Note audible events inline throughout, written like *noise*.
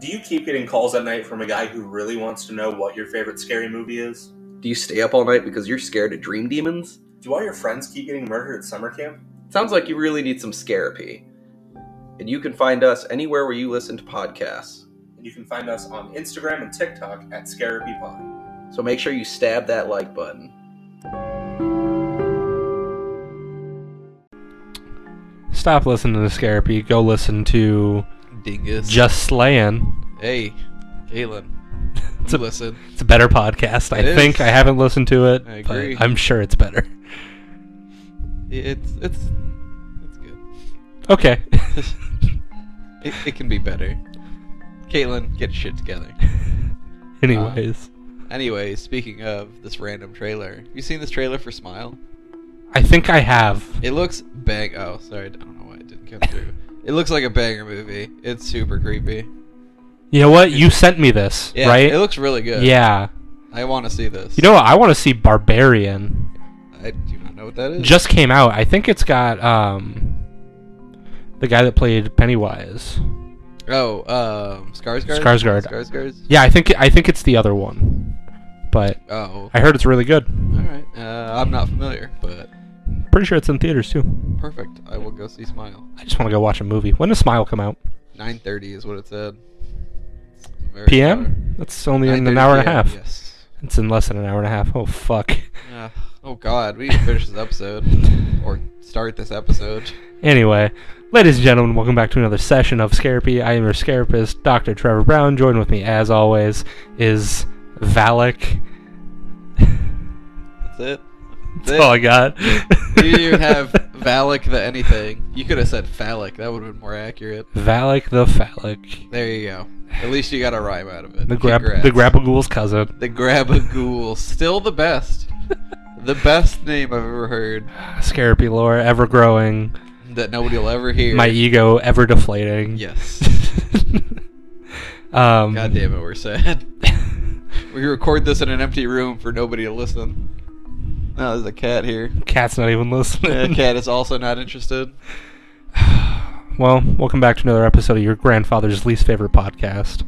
Do you keep getting calls at night from a guy who really wants to know what your favorite scary movie is? Do you stay up all night because you're scared of dream demons? Do all your friends keep getting murdered at summer camp? Sounds like you really need some scarapy. And you can find us anywhere where you listen to podcasts. And you can find us on Instagram and TikTok at ScaryPod. So make sure you stab that like button. Stop listening to Scarapy. Go listen to Dingus. Just Slayin'. hey, *laughs* Galen. It's You a- listen. It's a better podcast. I It think is. I haven't listened to it. I but agree. I'm sure it's better. *laughs* It's it's it's good. *laughs* Okay. *laughs* It, it can be better. Caitlin, get your shit together. Anyways, Anyway, speaking of this random trailer, you seen this trailer for Smile? I think I have. It looks bang. Oh, sorry, I don't know why it didn't come through. It looks like a banger movie. It's super creepy. You know what? You sent me this, Yeah, right? It looks really good. yeah. I want to see this. You know what? I want to see Barbarian. I do not know what that is. Just came out. I think it's got um the guy that played Pennywise. oh, um, Skarsgård. Skarsgård. Skarsgård. Yeah, I think I think it's the other one. But Oh, I heard it's really good. all right. Uh, I'm not familiar, but Pretty sure it's in theaters too. perfect. I will go see Smile. I just want to go watch a movie. When does Smile come out? 9:30 is what it said. Very PM? That's only popular. 9:30 in an hour and a PM, half. Yes. It's in less than an hour and a half. Oh fuck. Uh, oh God, we need to finish this episode or start this episode. Anyway, ladies and gentlemen, welcome back to another session of Scarapy. I am your Scarapist, Dr. Trevor Brown. Joined with me, as always, is Valak. That's it. *laughs* That's That's all I got. You didn't even have Valak the anything. You could have said phallic. That would have been more accurate. *laughs* Valak the Phallic. There you go. At least you got a rhyme out of it. The, grab- Congrats. the Grabagool's cousin. The Grabagool. Still the best. The best name I've ever heard Scarapy lore, ever growing. that nobody will ever hear. My ego ever deflating. yes. *laughs* um, God damn it, we're sad. we record this in an empty room for nobody to listen. Oh, there's a cat *laughs* here. *laughs* Cat's not even The listening. cat is also not interested. Well, welcome back to another episode of your grandfather's least favorite podcast.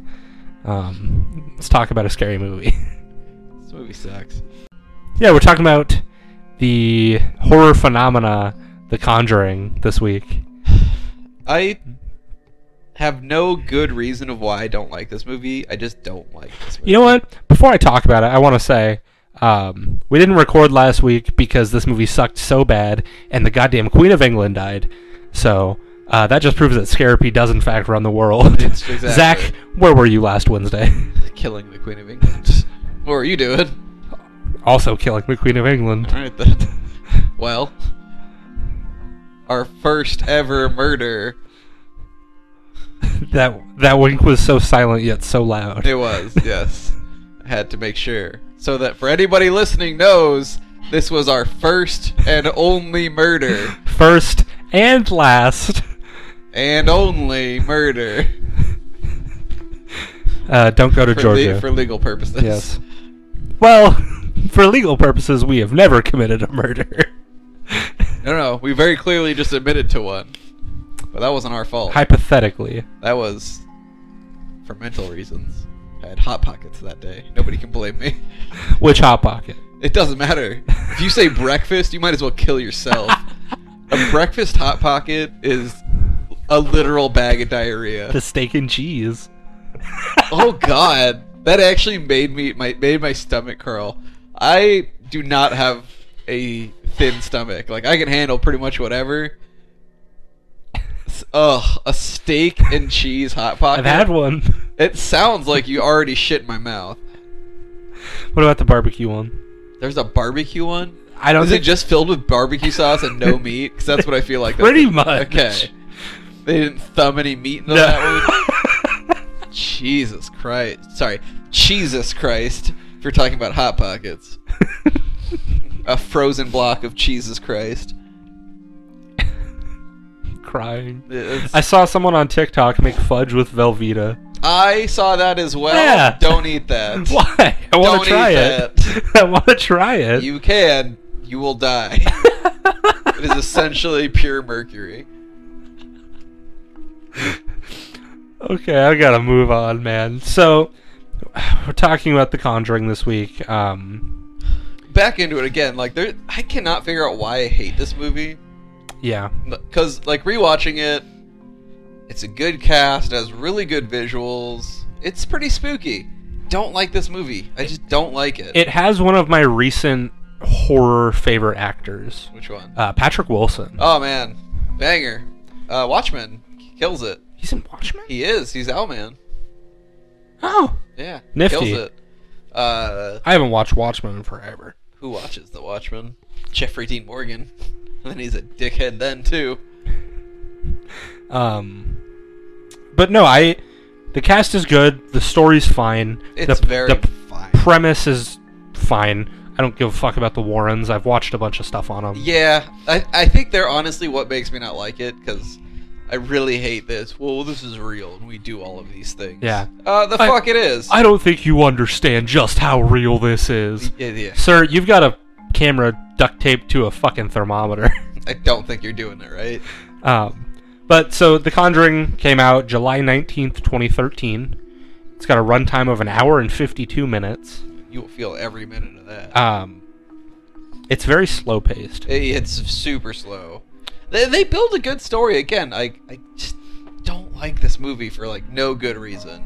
Um, let's talk about a scary movie. *laughs* This movie sucks. yeah, we're talking about the horror phenomena, The Conjuring, this week. I have no good reason of why I don't like this movie. I just don't like this movie. You know what? Before I talk about it, I want to say um, we didn't record last week because this movie sucked so bad, and the goddamn Queen of England died. So uh, that just proves that Scarapy does in fact run the world. It's exactly- *laughs* Zach, where were you last Wednesday? *laughs* Killing the Queen of England. *laughs* what are you doing? also killing the Queen of England. All right then. *laughs* Well, our first ever murder. That that wink was so silent yet so loud. It *laughs* was yes. I had to make sure so that for anybody listening knows this was our first and only murder *laughs* First and last. and only murder Uh, don't go to for, Georgia. le- for legal purposes. Yes. well, *laughs* for legal purposes, we have never committed a murder. *laughs* No, no, we very clearly just admitted to one, but that wasn't our fault. Hypothetically, That was for mental reasons. I had hot pockets that day. Nobody can blame me. which hot pocket? It doesn't matter. If you say breakfast, you might as well kill yourself. a breakfast hot pocket is a literal bag of diarrhea. The steak and cheese. Oh god, that actually made me my made my stomach curl. I do not have a thin stomach. Like I can handle pretty much whatever. S- Ugh, a steak and cheese hot pocket. I've had one. It sounds like you already shit in my mouth. What about the barbecue one? There's a barbecue one. I don't Is think it just filled with barbecue sauce and no meat? Because that's what I feel like. that- pretty much. Okay. They didn't thumb any meat into that one. Jesus Christ. Sorry, Jesus Christ. If you're talking about hot pockets, a frozen block of Jesus Christ. *laughs* Crying. It's- I saw someone on TikTok make fudge with Velveeta. I saw that as well. Yeah. Don't eat *laughs* that. Why? I Don't want to try eat it. *laughs* I want to try it. You can. You will die. it is essentially pure mercury. Okay, I gotta move on, man. So, we're talking about The Conjuring this week. Um, Back into it again. Like there, I cannot figure out why I hate this movie. yeah, Because like rewatching it, it's a good cast. It has really good visuals. It's pretty spooky. Don't like this movie. I just don't like it. it has one of my recent horror favorite actors, Which one? uh, Patrick Wilson. Oh man, banger! Uh, Watchmen kills it. He's in Watchmen. He is. He's Owlman. Oh, Yeah, Nifty. kills it. Uh, I haven't watched Watchmen in forever. who watches The Watchmen? Jeffrey Dean Morgan. *laughs* And then he's a dickhead then too. Um, but no, I. The cast is good. The story's fine. It's the, very the fine. premise is fine. I don't give a fuck about the Warrens. I've watched a bunch of stuff on them. Yeah, I, I think they're honestly what makes me not like it because I really hate this. Well, this is real, and we do all of these things. Yeah. Uh, the I- fuck it is. I don't think you understand just how real this is. yeah, yeah. Sir, you've got a camera duct taped to a fucking thermometer. *laughs* I don't think you're doing it right. um, but so The Conjuring came out July 19th, 2013. It's got a runtime of an hour and 52 minutes. You will feel every minute of that. Um, it's very slow paced. It- It's super slow. They, they build a good story again. I I just don't like this movie for like no good reason.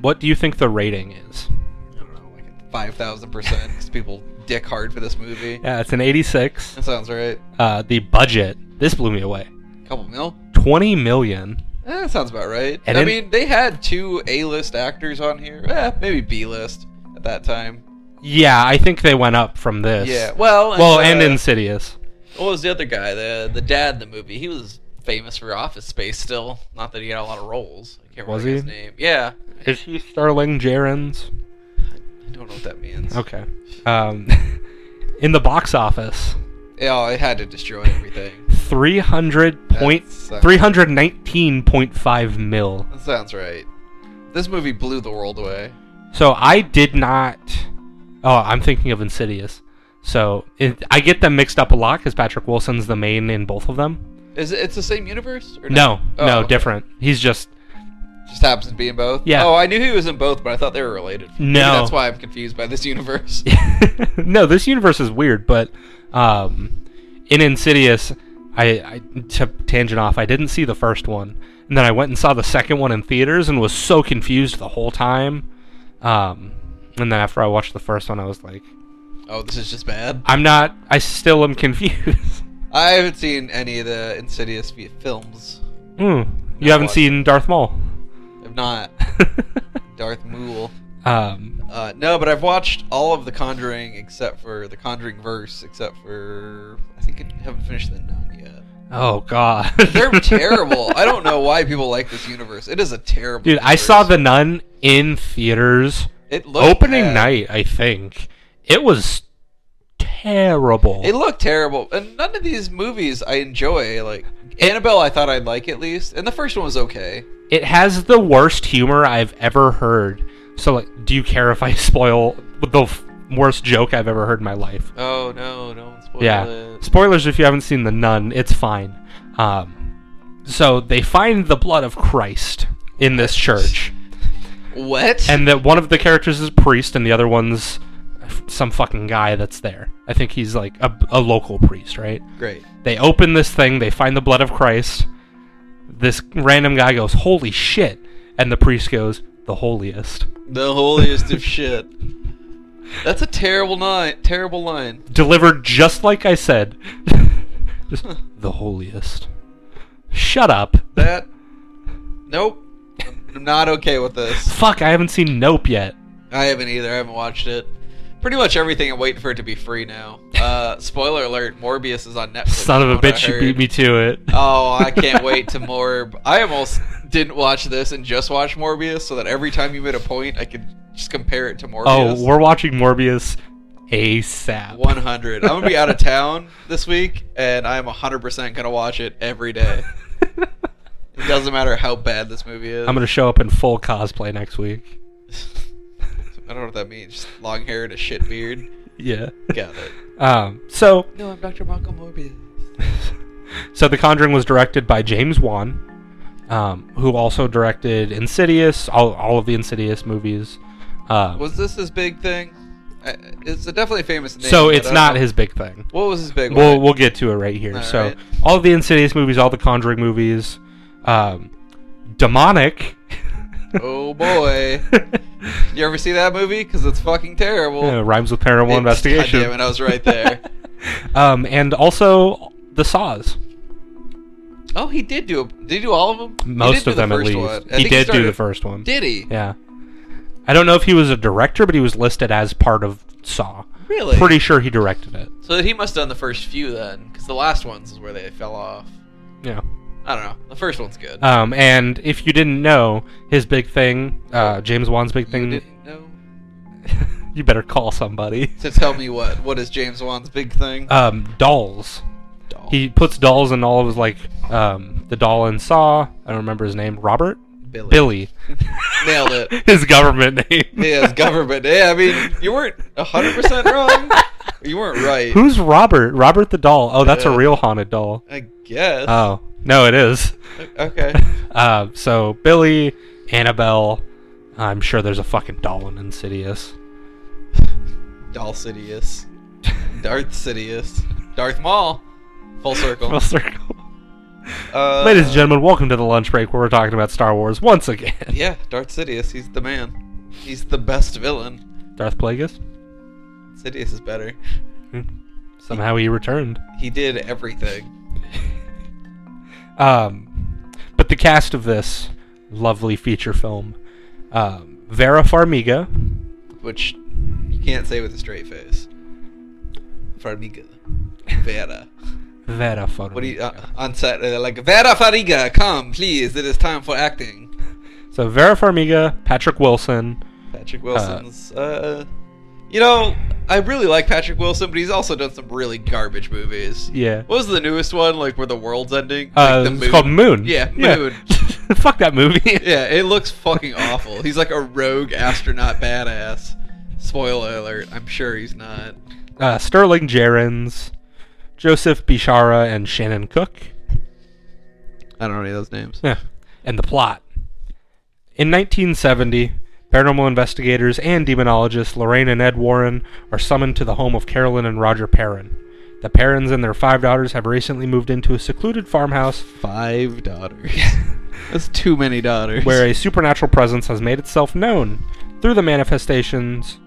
What do you think the rating is? I don't know, like five thousand percent because people dick hard for this movie. Yeah, it's an 86. That sounds right. Uh, the budget, this blew me away. Couple mil. 20 million. Eh, that sounds about right. And I in- mean, they had two A-list actors on here. Eh, maybe B-list at that time. Yeah, I think they went up from this. Yeah. Well. Well, and uh, Insidious. what was the other guy? The the dad in the movie. He was famous for Office Space. Still, not that he had a lot of roles. I can't Was remember his he? name. Yeah. Is he Sterling Gerrans? I don't know what that means. Okay. Um, *laughs* in the box office, Yeah, it had to destroy everything. 300 point, That sucks. 319.5 mil. That sounds right. This movie blew the world away. So I did not. Oh, I'm thinking of Insidious. So it, I get them mixed up a lot because Patrick Wilson's the main in both of them. Is it? It's the same universe? Or No, Oh, no, okay. different. He's just Just happens to be in both. Yeah. Oh, I knew he was in both, but I thought they were related. Maybe No. that's why I'm confused by this universe. *laughs* no. This universe is weird, but um, in Insidious, I, I to tangent off. I didn't see the first one, and then I went and saw the second one in theaters and was so confused the whole time. Um, and then after I watched the first one, I was like, *laughs* oh, this is just bad. I'm not. I still am *laughs* confused. I haven't seen any of the Insidious fi- films. Hmm. You Not haven't watched. seen Darth Maul. *laughs* If not, *laughs* Darth Maul. um, Uh, no, but I've watched all of The Conjuring except for The Conjuring Verse, except for I think I haven't finished The Nun yet. oh god, *laughs* They're terrible. I don't know why people like this universe. It is a terrible. Dude, I universe. saw the nun in theaters it looked opening bad. night. I think it was terrible. It looked terrible, and none of these movies I enjoy. Like Annabelle, I thought I'd like at least, and the first one was okay. It has the worst humor I've ever heard. So, like, do you care if I *laughs* spoil the f- worst joke I've ever heard in my life? Oh no, no one spoiled yeah, it. spoilers if you haven't seen the nun. It's fine. Um, so they find the blood of Christ in this church. What? and that one of the characters is a priest and the other one's some fucking guy that's there i think he's like a, a local priest right great. they open this thing they find the blood of christ this random guy goes holy shit and the priest goes the holiest The holiest of shit. That's a terrible line. Terrible line. delivered just like i said *laughs* just the holiest shut up *laughs* That. Nope. I'm not okay with this. fuck i haven't seen nope yet I haven't either. I haven't watched it. Pretty much everything. I'm waiting for it to be free now. Uh, *laughs* spoiler alert: Morbius is on Netflix. son of a from what I bitch you heard. beat me to it *laughs* Oh, I can't wait *laughs* to Morb. I almost didn't watch this and just watched Morbius, so that every time you made a point, I could just compare it to Morbius. oh we're watching morbius asap 100. I'm gonna be out of town this week, and I'm 100% gonna watch it every day. It doesn't matter how bad this movie is. *laughs* I'm gonna show up in full cosplay next week. *laughs* I don't know what that means. Just long hair and a shit beard. Yeah. Got it. Um, so, No, I'm Dr. Marco Morbius. so The Conjuring was directed by James Wan. um, who also directed Insidious, all, all of the Insidious movies. Um, Was this his big thing? I- It's a definitely famous name. so but it's I don't not know. his big thing. What was his big We'll one? we'll get to it right here. All so right. all of the Insidious movies, all the Conjuring movies, um, *laughs* demonic. Oh *laughs* boy! you ever see that movie? Because it's fucking terrible. Yeah, uh, rhymes with paranormal It's- investigation. God damn it, I was right there. *laughs* um, and also the Saws. oh, he did do. A, did he do all of them? He did Most do of the them, at first least. one. I think He did do started- the first one. Did he? Yeah. I don't know if he was a director, but he was listed as part of Saw. Really? Pretty sure he directed it. So he must have done the first few then, because the last ones is where they fell off. Yeah. I don't know. The first one's good. Um, and if you didn't know, his big thing, uh, James Wan's big you thing, didn't know you better call somebody. *laughs* to tell me what? What is James Wan's big thing? Um, dolls. Doll. He puts dolls in all of his, like, um, the doll in Saw. I don't remember his name. Robert? Billy. Billy. *laughs* nailed it. his government name. Yeah, it's government. Yeah, I mean, you weren't hundred percent wrong. You weren't right. *laughs* Who's Robert? Robert the doll. Oh, that's a Yeah. real haunted doll. I guess. Oh, no, it is. okay. Uh, so Billy, Annabelle. I'm sure there's a fucking doll *laughs* in Insidious. Doll Sidious. *laughs* Darth Sidious. Darth Maul. Full circle. Full circle. Uh, Ladies and gentlemen, welcome to the lunch break where we're talking about Star Wars once again. Yeah, Darth Sidious. He's the man. He's the best villain. *laughs* Darth Plagueis. Hmm. Sidious is better. Somehow he returned. *laughs* He did everything. Um, but the cast of this lovely feature film, um, Vera Farmiga, which you can't say with a straight face. Farmiga, Vera. Vera Farmiga. What do you uh, on set? They're like Vera Farmiga, come please. It is time for acting. so Vera Farmiga, Patrick Wilson. Patrick Wilson's. Uh, you know, I really like Patrick Wilson, but he's also done some really garbage movies. Yeah. What was the newest one? Like where the world's ending? Like, Uh, the it's called Moon. Yeah, Moon. *laughs* Fuck that movie. *laughs* Yeah, it looks fucking awful. He's like a rogue astronaut badass. Spoiler alert, I'm sure he's not. uh, Sterling Gerrans, Joseph Bishara, and Shannon Cook. I don't know any of those names. Yeah. And the plot. In 1970, paranormal investigators and demonologists Lorraine and Ed Warren are summoned to the home of Carolyn and Roger Perrin. The Perrins and their five daughters have recently moved into a secluded farmhouse Five *laughs* daughters. That's too many daughters. where a supernatural presence has made itself known through the manifestations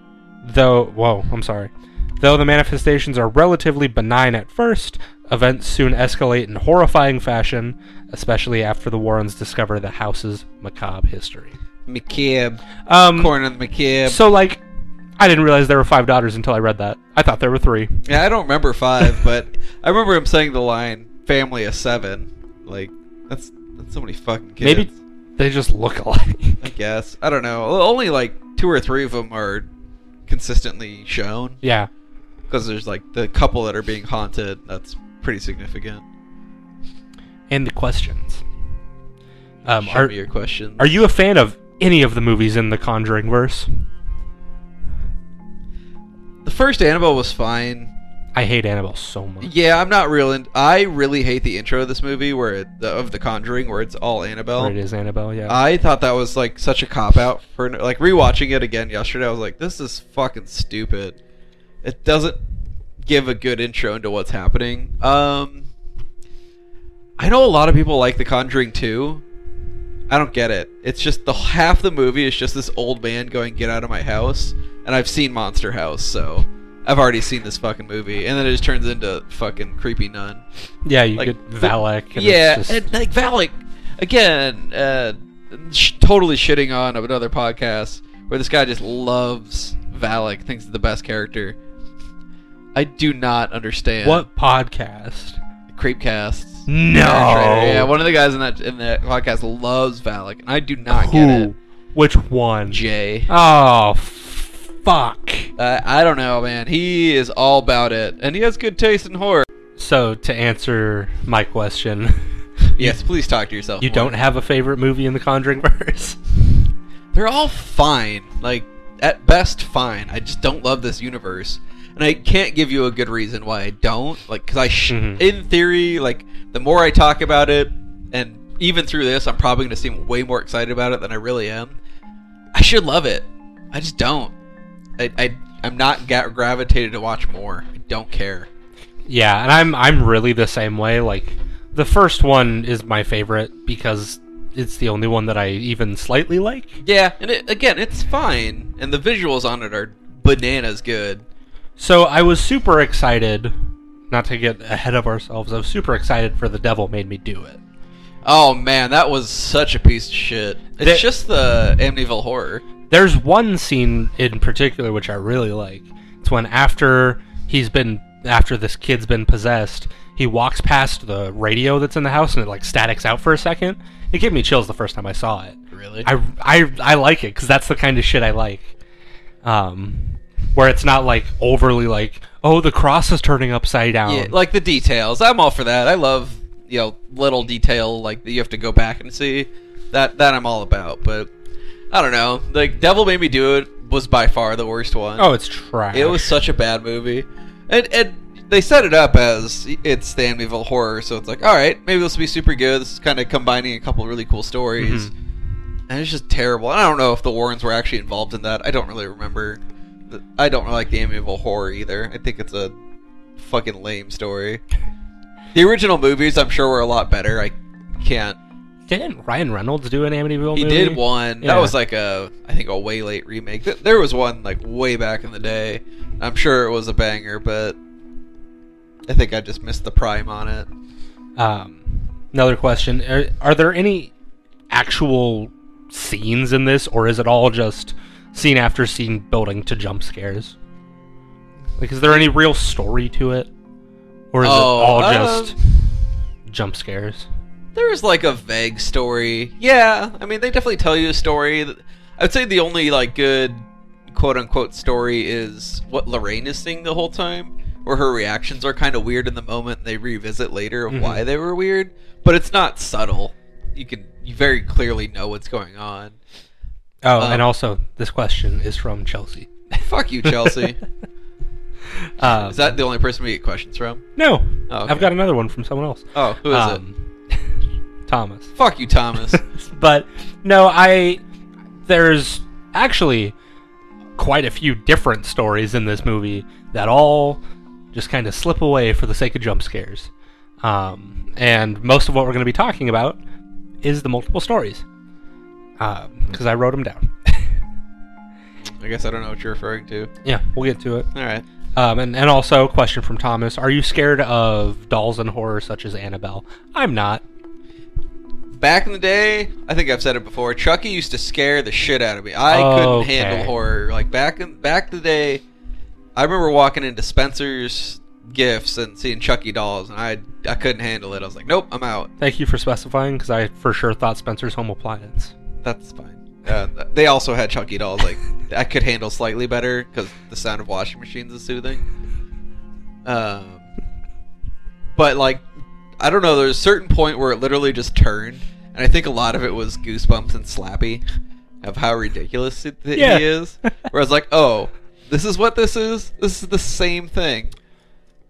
though whoa i'm sorry though the manifestations are relatively benign at first events soon escalate in horrifying fashion especially after the warrens discover the house's macabre history McCabe. um Corner of the McCabe. so like i didn't realize there were five daughters until i read that i thought there were three yeah, I don't remember five, but I remember him saying the line, family of seven. Like, that's, that's so many fucking kids. maybe they just look alike I guess. I don't know. Only like two or three of them are consistently shown. *laughs* yeah Because there's like the couple that are being haunted. That's pretty significant. and the questions um, Show are, me your questions. are you a fan of any of the movies in the conjuring verse the first Annabelle was fine. I hate Annabelle so much. Yeah, I'm not real. In- I really hate the intro of this movie, where it, the, of The Conjuring, where it's all Annabelle. Or it is Annabelle, yeah. I thought that was like such a cop out for like rewatching it again yesterday. I was like, this is fucking stupid. It doesn't give a good intro into what's happening. Um, I know a lot of people like The Conjuring 2. I don't get it. It's just the half the movie is just this old man going get out of my house, and I've seen Monster House, so I've already seen this fucking movie, and then it just turns into fucking creepy nun. yeah, you like, get the- Valak. And yeah, it's just- and like Valak again, uh, sh- totally shitting on another podcast where this guy just loves Valak, thinks he's the best character. I do not understand what podcast? creepcasts. No. yeah, one of the guys in that in that podcast loves Valak, and I do not get it. Who? Which one? Jay, oh, fuck. uh, I don't know, man. He is all about it, and he has good taste in horror. So, to answer my question, *laughs* Yes, please talk to yourself. you more. don't have a favorite movie in the Conjuring verse? *laughs* they're all fine. Like at best fine. I just don't love this universe. And I can't give you a good reason why I don't. Like cuz I sh- Mhm. in theory like the more I talk about it and even through this, I'm probably going to seem way more excited about it than I really am. I should love it. I just don't. I, I I'm not ga- gravitated to watch more. I don't care. Yeah, and I'm I'm really the same way. Like the first one is my favorite because it's the only one that I even slightly like. Yeah, and it, again, it's fine, and the visuals on it are bananas good. So I was super excited. Not to get ahead of ourselves, I was super excited for The Devil Made Me Do It. Oh man, that was such a piece of shit. It's That- just the Amityville horror. There's one scene in particular which I really like. It's when after he's been after this kid's been possessed, he walks past the radio that's in the house and it like statics out for a second. It gave me chills the first time I saw it. Really? I I I like it because that's the kind of shit I like. Um, where it's not like overly like, oh, the cross is turning upside down. yeah, like the details. I'm all for that. I love you know little detail like that you have to go back and see. That that I'm all about. But I don't know. Like Devil Made Me Do It was by far the worst one. oh, it's trash. It was such a bad movie, and and they set it up as it's the Amityville horror, so it's like, all right, maybe this will be super good. This is kind of combining a couple really cool stories, and it's just terrible. And I don't know if the Warrens were actually involved in that. I don't really remember. The- I don't like the Amityville horror either. I think it's a fucking lame story. The original movies, I'm sure, were a lot better. I can't. Didn't Ryan Reynolds do an Amityville He movie? did one. Yeah. That was like a, I think, a way late remake. Th- There was one like way back in the day. I'm sure it was a banger, but I think I just missed the prime on it. Um, another question: are, are there any actual scenes in this, or is it all just scene after scene building to jump scares? Like, is there any real story to it, or is it Oh, all um, just jump scares? There is like a vague story. Yeah, I mean, they definitely tell you a story. I'd say the only like good quote unquote story is what Lorraine is seeing the whole time, where her reactions are kind of weird in the moment. And they revisit later of why Mm-hmm. they were weird, but it's not subtle. You can you very clearly know what's going on. Oh, Um, and also this question is from Chelsea. Fuck you, *laughs* Chelsea. *laughs* Um, Is that the only person we get questions from? no? Oh, okay. I've got another one from someone else. Oh, who is it? *laughs* Thomas. it? Fuck you, *laughs* Thomas. But no, I there's actually quite a few different stories in this movie that all just kind of slip away for the sake of jump scares. Um, and most of what we're going to be talking about is the multiple stories because I wrote them down. *laughs* I guess I don't know what you're referring to. yeah, we'll get to it. All right. Um, and, and also, question from Thomas Are you scared of dolls and horror such as Annabelle? I'm not. Back in the day, I think I've said it before. Chucky used to scare the shit out of me. I couldn't Okay. handle horror. Like back in back the day, I remember walking into Spencer's gifts and seeing Chucky dolls, and I I couldn't handle it. I was like, nope, I'm out. Thank you for specifying because I for sure thought Spencer's Home Appliance. That's fine. Uh, they also had Chucky dolls. *laughs* Like I could handle slightly better because the sound of washing machines is soothing. Um, but like, I don't know. There's a certain point where it literally just turned, and I think a lot of it was goosebumps and slappy of how ridiculous it, that Yeah. he *laughs* is. Where I was like, oh, this is what this is. This is the same thing.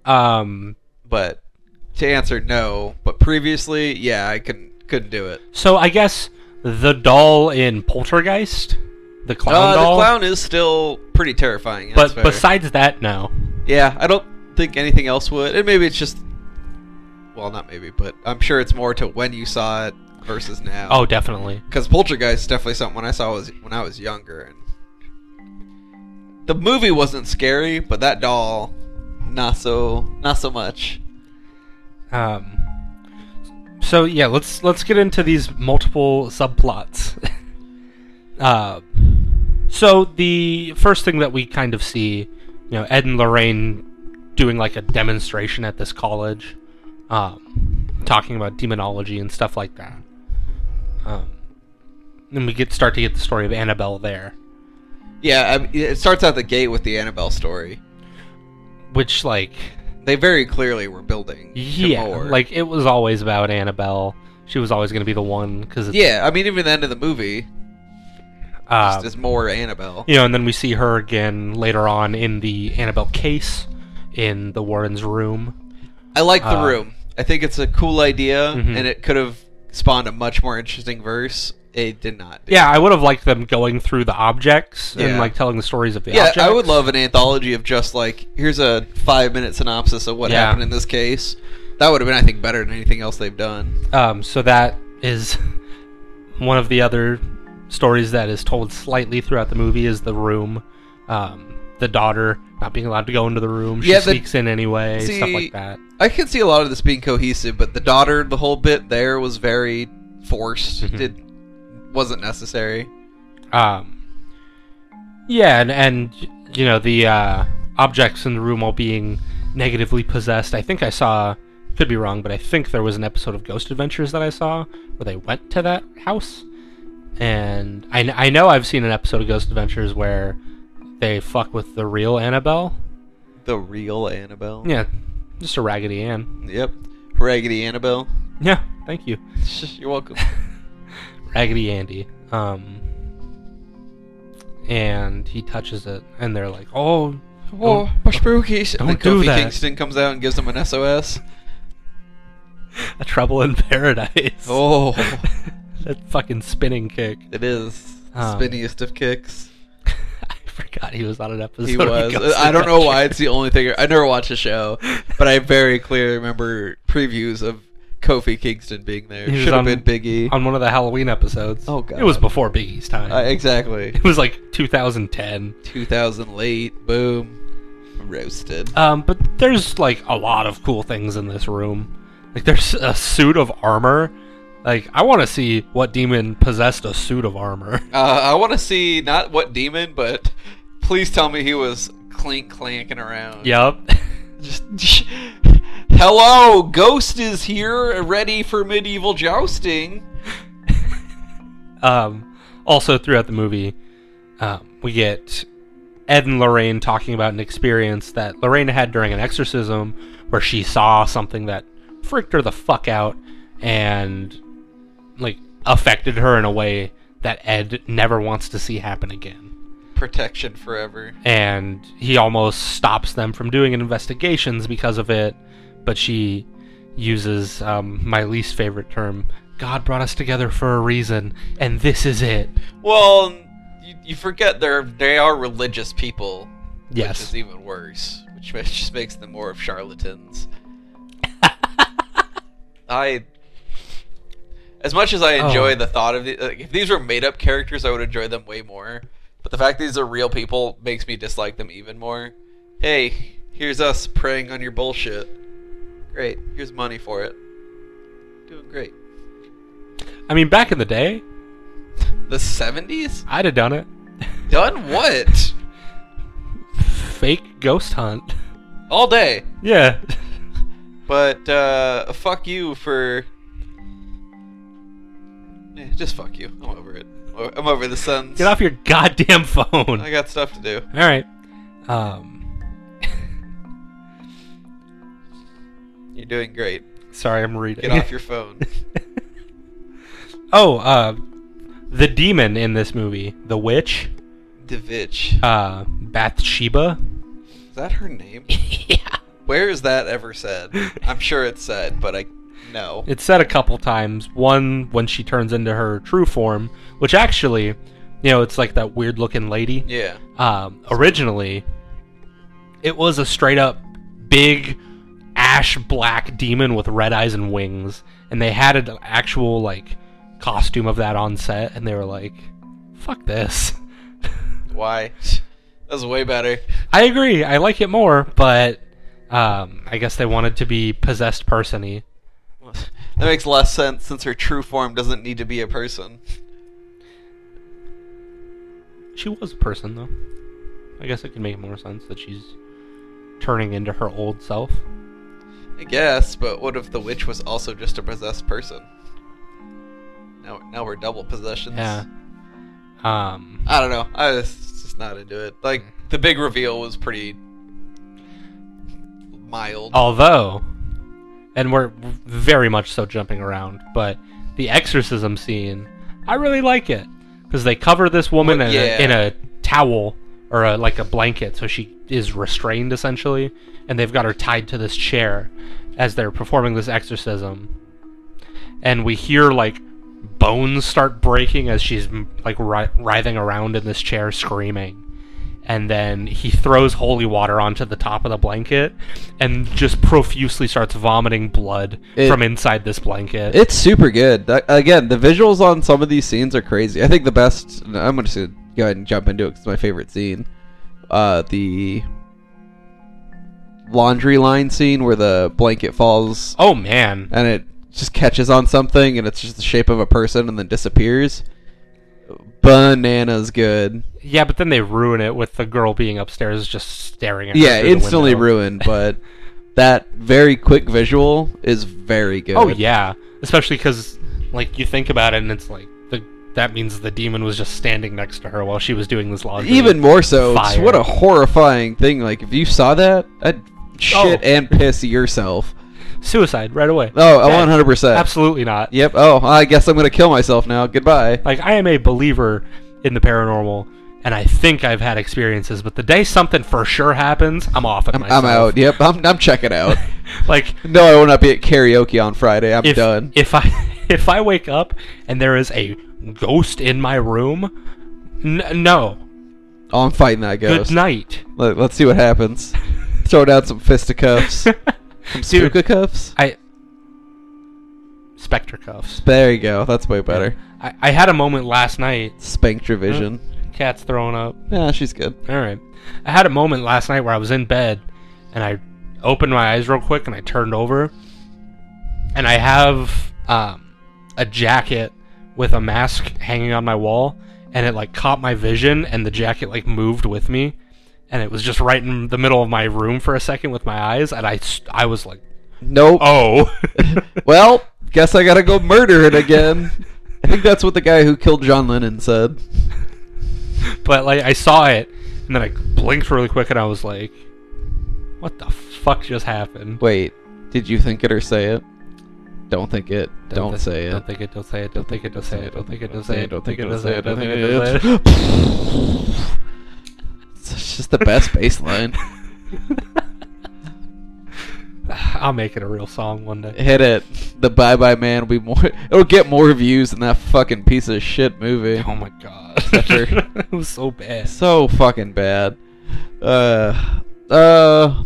Um, But to answer no. But previously, yeah, I couldn't couldn't do it. So I guess the doll in Poltergeist, the clown Uh, the doll. clown is still pretty terrifying. that's fair. but besides that, no. Yeah, I don't think anything else would. And maybe it's just well, not maybe, but I'm sure it's more to when you saw it versus now. Oh, definitely. because Poltergeist is definitely something I saw was when I was younger, and the movie wasn't scary, but that doll, not so, not so much. Um. So yeah, let's let's get into these multiple subplots. *laughs* uh, so the first thing that we kind of see, you know, Ed and Lorraine doing like a demonstration at this college, um, talking about demonology and stuff like that. Um, then we get start to get the story of Annabelle there. Yeah, I, it starts out the gate with the Annabelle story. which like They very clearly were building. to yeah more. like it was always about annabelle she was always going to be the one because yeah. I mean, even the end of the movie uh, just is more Annabelle. you know and then we see her again later on in the annabelle case in the warren's room I like the Uh, room. I think it's a cool idea, Mhm. and it could have spawned a much more interesting verse. It did not. do. Yeah, I would have liked them going through the objects and Yeah. like telling the stories of the Yeah, objects. I would love an anthology of just like here's a five minute synopsis of what Yeah. happened in this case. That would have been, I think, better than anything else they've done. Um, so that is *laughs* one of the other stories that is told slightly throughout the movie is the room, um, the daughter not being allowed to go into the room. She Yeah, the- sneaks in anyway, stuff See, like that. I can see a lot of this being cohesive, but the daughter, the whole bit there was very forced. Mhm. It wasn't necessary. Um, yeah, and, and you know the uh, objects in the room all being negatively possessed. I think I saw, could be wrong, but I think there was an episode of Ghost Adventures that I saw where they went to that house, and I, kn- I know I've seen an episode of Ghost Adventures where they fuck with the real Annabelle. The real Annabelle. Yeah, just a Raggedy Ann. Yep. Raggedy Annabelle. *laughs* Yeah, thank you, You're welcome. Raggedy Andy. Um. And he touches it, and they're like, "Oh, Oh, my spookies. and don't then do Kofi that. Kingston comes out and gives them an SOS. A Trouble in Paradise. Oh, *laughs* that fucking spinning kick. *laughs* it is the Um, spinniest of kicks. I forgot he was on an episode. *laughs* He of was. Ghost I don't know why Adventures. it's the only thing. I never watched the *laughs* show, but I very clearly remember previews of Kofi Kingston being there. He was Should have on- been Biggie. on one of the Halloween episodes. Oh, God. It was before Biggie's time. Uh, exactly. *laughs* it was like 2010. 2000 late. Boom. Roasted. Um, but there's like a lot of cool things in this room. Like there's a suit of armor. Like I want to see what demon possessed a suit of armor. *laughs* Uh, I want to see not what demon, but please tell me he was clink clanking around. yep. *laughs* Just *laughs* hello, ghost is here, ready for medieval jousting. Um, also, throughout the movie, um, we get Ed and Lorraine talking about an experience that Lorraine had during an exorcism where she saw something that freaked her the fuck out and, like, affected her in a way that Ed never wants to see happen again. Protection forever. And he almost stops them from doing investigations because of it, but she uses um, my least favorite term. God brought us together for a reason, and this is it. Well, you, you forget they're they are religious people, which Yes. is even worse, which ma- *laughs* just makes them more of charlatans. I, as much as I enjoy Oh. the thought of the, like, if these were made up characters, I would enjoy them way more. But the fact these are real people makes me dislike them even more. Hey, here's us preying on your bullshit. Great, here's money for it. Doing great. I mean, back in the day, The 70s? I'd have done it. Done what? *laughs* Fake ghost hunt. All day. Yeah. *laughs* But uh, fuck you for. Eh, just fuck you. I'm over it. I'm over the Suns. Get off your goddamn phone. I got stuff to do. All right. Um, You're doing great. sorry, I'm reading. Get off your *laughs* phone. oh, uh, the demon in this movie, the witch, Divich. uh, Bathsheba. Is that her name? *laughs* yeah. Where is that ever said? I'm sure it's said, but I no. It's said a couple times. One when she turns into her true form, which actually, you know, it's like that weird-looking lady. Yeah. um, originally, it was a straight up big ash black demon with red eyes and wings, and they had an actual like costume of that on set, and they were like, "Fuck this." *laughs* Why? That's way better. I agree. I like it more, but um, I guess they wanted to be possessed persony. That makes less sense since her true form doesn't need to be a person. She was a person though. I guess it could make more sense that she's turning into her old self. I guess, but what if the witch was also just a possessed person? Now, now we're double possessions. Yeah. Um. I don't know. I was just not into it. Like the big reveal was pretty mild. Although, and we're very much so jumping around, but the exorcism scene, I really like it because they cover this woman Well, in, yeah. a, in a towel or a, like a blanket, so she is restrained essentially, and they've got her tied to this chair as they're performing this exorcism. and we hear like bones start breaking as she's m- like wri- writhing around in this chair screaming. And then he throws holy water onto the top of the blanket and just profusely starts vomiting blood It- from inside this blanket. It's super good. That, again, the visuals on some of these scenes are crazy. I think the best. no, I'm going to go ahead and jump into it 'cause it's my favorite scene. Uh, the laundry line scene where the blanket falls oh man. and it just catches on something and it's just the shape of a person and then disappears. Bananas good. Yeah, but then they ruin it with the girl being upstairs just staring at her Yeah, through the instantly window. *laughs* ruined, but that very quick visual is very good. Oh yeah, especially because like you think about it, and it's like the, that means the demon was just standing next to her while she was doing this laundry. Even more so, it's- Fire. what a horrifying thing. Like, if you saw that, I'd shit Oh. and piss yourself. suicide right away. Oh, Yeah, 100%. Absolutely not. Yep. Oh, I guess I'm going to kill myself now. Goodbye. Like I am a believer in the paranormal, and I think I've had experiences. But the day something for sure happens, I'm off it. I'm, I'm out. Yep. I'm, I'm checking *laughs* out. Like no, I will not be at karaoke on Friday. I'm if done. if I *laughs* if I wake up and there is a ghost in my room, n- no. oh, I'm fighting that ghost. Good night. Let, us see what *laughs* happens. Throw down some fisticuffs. some Dude. Stuka cuffs. I Spectre cuffs. There you go. That's way better. I, I had a moment last night. Spanked vision. Cat's throwing up. Yeah, she's good. All right. I had a moment last night where I was in bed and I opened my eyes real quick and I turned over and I have um, a jacket with a mask hanging on my wall and it like caught my vision and the jacket like moved with me and it was just right in the middle of my room for a second with my eyes and I s- I was like, Nope. "Oh." *laughs* *laughs* Well, guess I gotta go murder it again. I think that's what the guy who killed John Lennon said. but like I saw it, and then I blinked really quick, and I was like, "What the fuck just happened?" Wait, did you think it or say it? Don't think it. Don't, thi- say it. Don't think it. Don't say it. Don't think it. Don't say it. Don't think it. Don't say it. Don't think it. Don't say it. Don't think it. Don't Don't think say it. *laughs* It's just *laughs* the best bass line. *laughs* I'll make it a real song *laughs* one day. Hit it. The Bye Bye Man will be more. *laughs* It'll get more views than that fucking piece of shit movie. Oh my *laughs* god, Sucker. *laughs* it was so bad. So fucking bad. Uh, uh.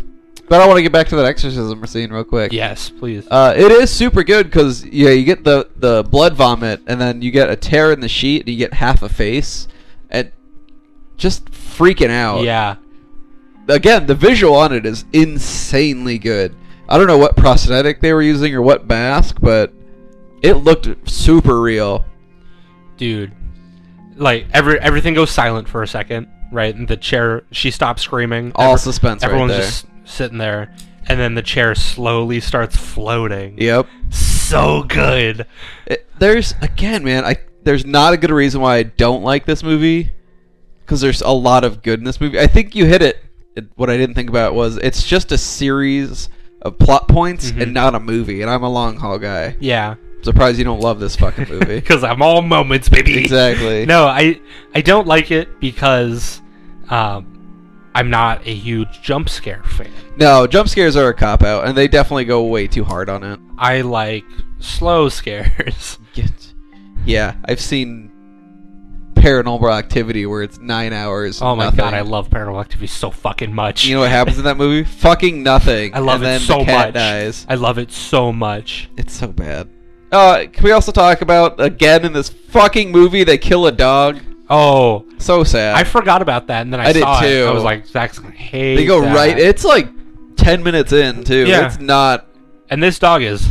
But I want to get back to that exorcism scene real quick. Yes, please. Uh, it is super good because yeah, you get the the blood vomit, and then you get a tear in the sheet, and you get half a face, and just freaking out. Oh. Yeah, Again, the visual on it is insanely good. I don't know what prosthetic they were using or what mask, but it looked super real. dude. Like every everything goes silent for a second, right? And the chair, she stops screaming. All Every- suspense right Everyone's there. just sitting there, and then the chair slowly starts floating. Yep. so good. It- there's again, man. I there's not a good reason why I don't like this movie because there's a lot of good in this movie. I think you hit it. It- What I didn't think about was it's just a series of plot points and not a movie. And I'm a long haul guy. Yeah, surprised you don't love this fucking *laughs* movie. because I'm all moments, baby. exactly. No, I I don't like it because um, I'm not a huge jump scare fan. No, jump scares are a cop out, and they definitely go way too hard on it. I like slow *laughs* scares. Yeah, I've seen paranormal activity where it's nine hours. and Oh my nothing. god, I love Paranormal Activity so fucking much. You know what happens in that *laughs* movie? Fucking nothing. I love and then it so the cat much. Dies. I love it so much. It's so bad. Uh, can we also talk about again in this fucking movie they kill a dog? Oh, So sad. I forgot about that, and then I, I did saw it. I too. was like, Zach's gonna hate. they go that. right. It's like ten minutes in too. Yeah. It's not. and this dog is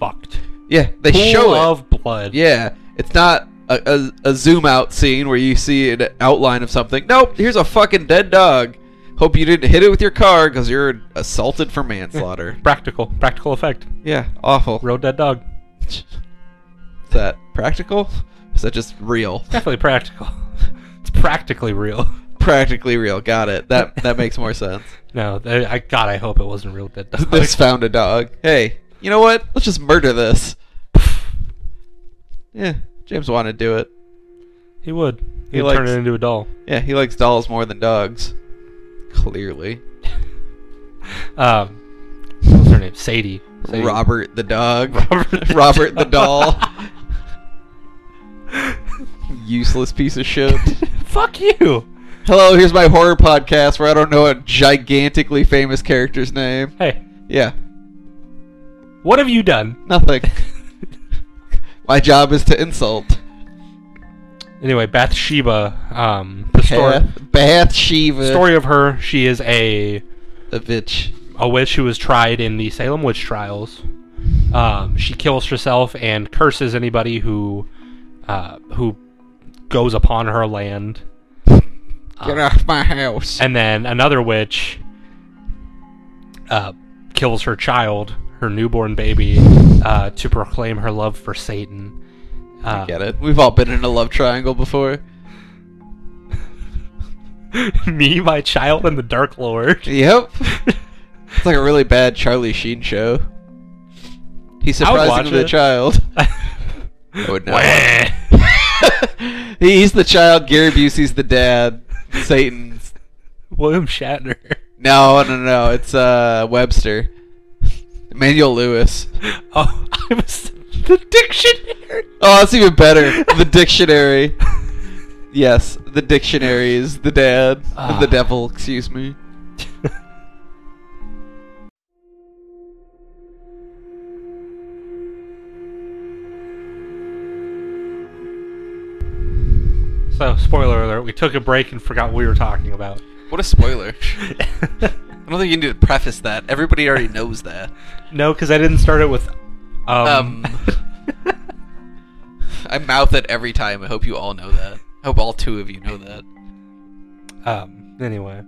fucked. Yeah, they Full show it. of blood. Yeah, it's not a, a, a zoom out scene where you see an outline of something. Nope, here's a fucking dead dog. Hope you didn't hit it with your car because you're assaulted for manslaughter. Practical, practical effect. *laughs* yeah, awful. Real dead dog. Is *laughs* that practical? Is that just real? Definitely practical. *laughs* It's practically real. *laughs* Practically real. Got it. That that makes more *laughs* sense. No, th- I God, I hope it wasn't real dead dog. This found a dog. Hey, you know what? Let's just murder this. Yeah, James wanted to do it. he would. He He would turn likes- it into a doll. Yeah, he likes dolls more than dogs. Clearly. Um, what's her name? Sadie. So you- Robert the dog. *laughs* Robert the Robert the doll. Useless piece of *laughs* shit. *laughs* Fuck you. Hello, here's my horror podcast where I don't know a gigantically famous character's name. Hey, Yeah, what have you done? *laughs* nothing. my job is to insult. Anyway, Bathsheba. Um, the story, Bath, Bathsheba. story of her. She is a A bitch. a witch who was tried in the Salem witch trials. Um, she kills herself and curses anybody who uh, who goes upon her land. Get off my house. Uh, And then another witch uh, kills her child, her newborn baby, uh, to proclaim her love for Satan. Uh, Get it? We've all been in a love triangle before. *laughs* me, my child, and the *laughs* Dark Lord. *laughs* Yep. It's like a really bad Charlie Sheen show. He's I would watch surprisingly the it. *laughs* child. I would not. Wah. *laughs* He's the child. Gary Busey's the dad. Satan's. William Shatner. *laughs* No, no, no. It's uh, Webster. Emmanuel Lewis. Oh, I was the dictionary. Oh, that's even better. The dictionary. Yes, the dictionary is the dad. of The Ah. devil, excuse me. So, spoiler alert, we took a break and forgot what we were talking about. *laughs* What a spoiler. I don't think you need to preface that. Everybody already *laughs* knows that. no, because I didn't start it with. Um. I mouth it every time. I hope you all know that. I hope all two of you know that. *laughs* um anyway.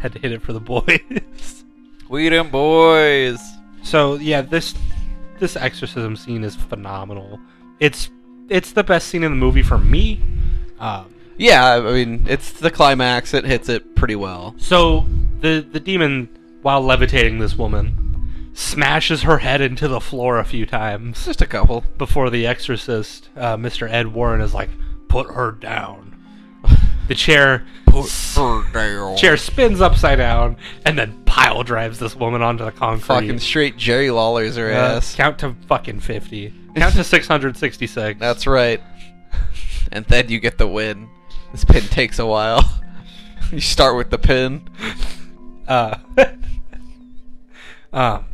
Had to hit it for the boys. *laughs* We them boys. So yeah, this this exorcism scene is phenomenal. It's it's the best scene in the movie for me. Um, Yeah, I mean, it's the climax. It hits it pretty well. so the the demon, while levitating this woman, smashes her head into the floor a few times Just a couple. before the exorcist, uh, Mr. Ed Warren, is like, "Put her *laughs* down." The chair chair spins upside down and then pile drives this woman onto the concrete. Fucking straight Jerry Lawler's her Uh, ass. Count to fucking fifty. Count to six hundred sixty-six. That's right. And then you get the win. This pin takes a while. *laughs* you start with the pin. Uh, *laughs* um,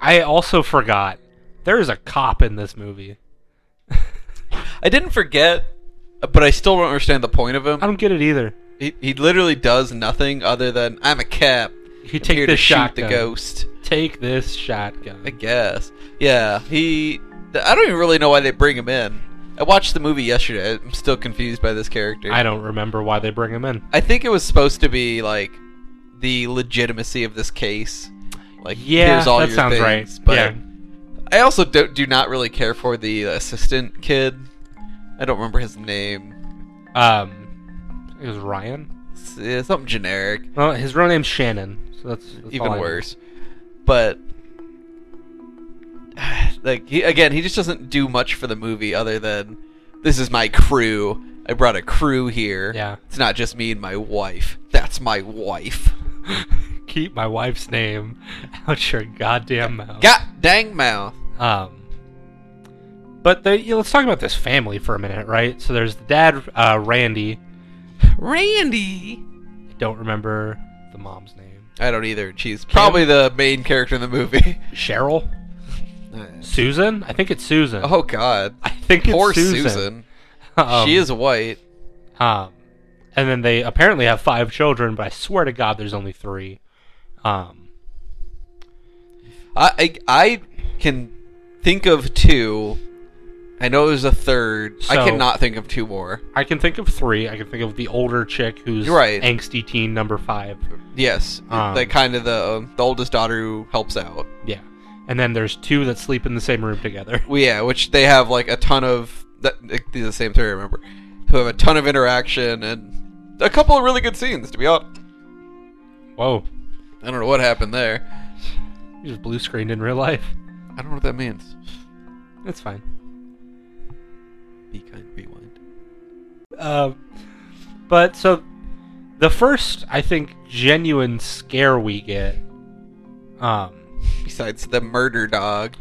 I also forgot there's a cop in this movie. I didn't forget, but I still don't understand the point of I him. don't get it either. He, he literally does nothing other than I'm a cap. You I'm take here to this shoot the shotgun. ghost. Take this shotgun. I guess. Yeah, he. I don't even really know why they bring him in. I watched the movie yesterday. I'm still confused by this character. I don't remember why they bring him in. I think it was supposed to be like the legitimacy of this case. Like, Yeah, here's all that your sounds things, right. But yeah, I also do, do not really care for the assistant kid. I don't remember his name. um, it was Ryan. It's, uh, something generic, Well, his real name's Shannon, so that's, that's all I even know. worse. But *sighs* like he, again, he just doesn't do much for the movie other than this is my crew. I brought a crew here. Yeah. It's not just me and my wife. That's my wife. *laughs* Keep my wife's name *laughs* out your goddamn mouth. God dang mouth. Um, but the, you know, let's talk about this family for a minute, right? So there's the dad, uh, Randy. Randy. I don't remember the mom's name. I don't either. She's probably the main character in the movie. *laughs* *laughs* Cheryl? Susan? I think it's Susan. Oh God. I think Poor it's Susan. Susan. *laughs* Um, she is white. Um, and then they apparently have five children, but I swear to God, there's only three. Um, I, I I can think of two. I know there's a third. I So- cannot think of two more. I can think of three. I can think of the older chick who's You're right. angsty teen number five. Yes, Um, like kind of the um, the oldest daughter who helps out. Yeah. And then there's two that sleep in the same room together. *laughs* Well, yeah, which they have like a ton of. That, these are the same three. I remember who have a ton of interaction and a couple of really good scenes. To be honest, Whoa. I don't know what happened there. You just blue screened in real life. I don't know what that means. That's fine. Be kind. Rewind. Um, but so the first, I think, genuine scare we get Um, Besides the murder dog.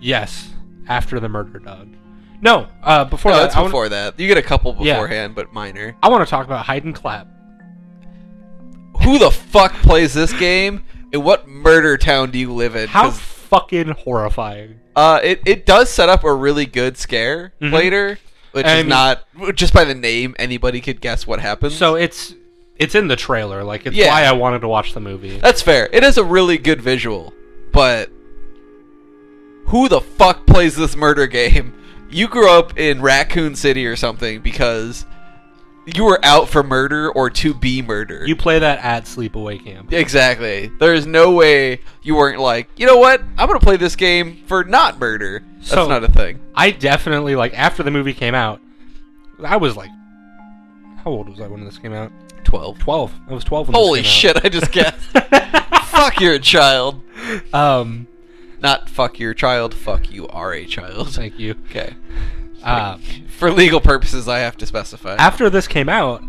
yes, after the murder dog. No, uh, before No, that, that's I wanna- before that. You get a couple Yeah. beforehand, but minor. I want to talk about hide and clap. Who the fuck plays this game? And what murder town do you live in? How 'Cause, fucking horrifying! Uh, it it does set up a really good scare Mhm. later, which is And- not just by the name anybody could guess what happens. So it's it's in the trailer. Like it's Yeah. why I wanted to watch the movie. That's fair. It is a really good visual, but who the fuck plays this murder game? You grew up in Raccoon City or something because you were out for murder or to be murdered. You play that at sleepaway camp. exactly. There is no way you weren't like, you know what? I'm gonna play this game for not murder. That's So- not a thing. I definitely like after the movie came out. I was like, how old was I when this came out? Twelve. Twelve. I was twelve. When Holy this came shit! I just guessed. *laughs* out. fuck, you're a child. um, Not fuck, you're a child. Fuck, you are a child. *laughs* thank you. Okay. Uh, For legal purposes, I have to specify. after this came out,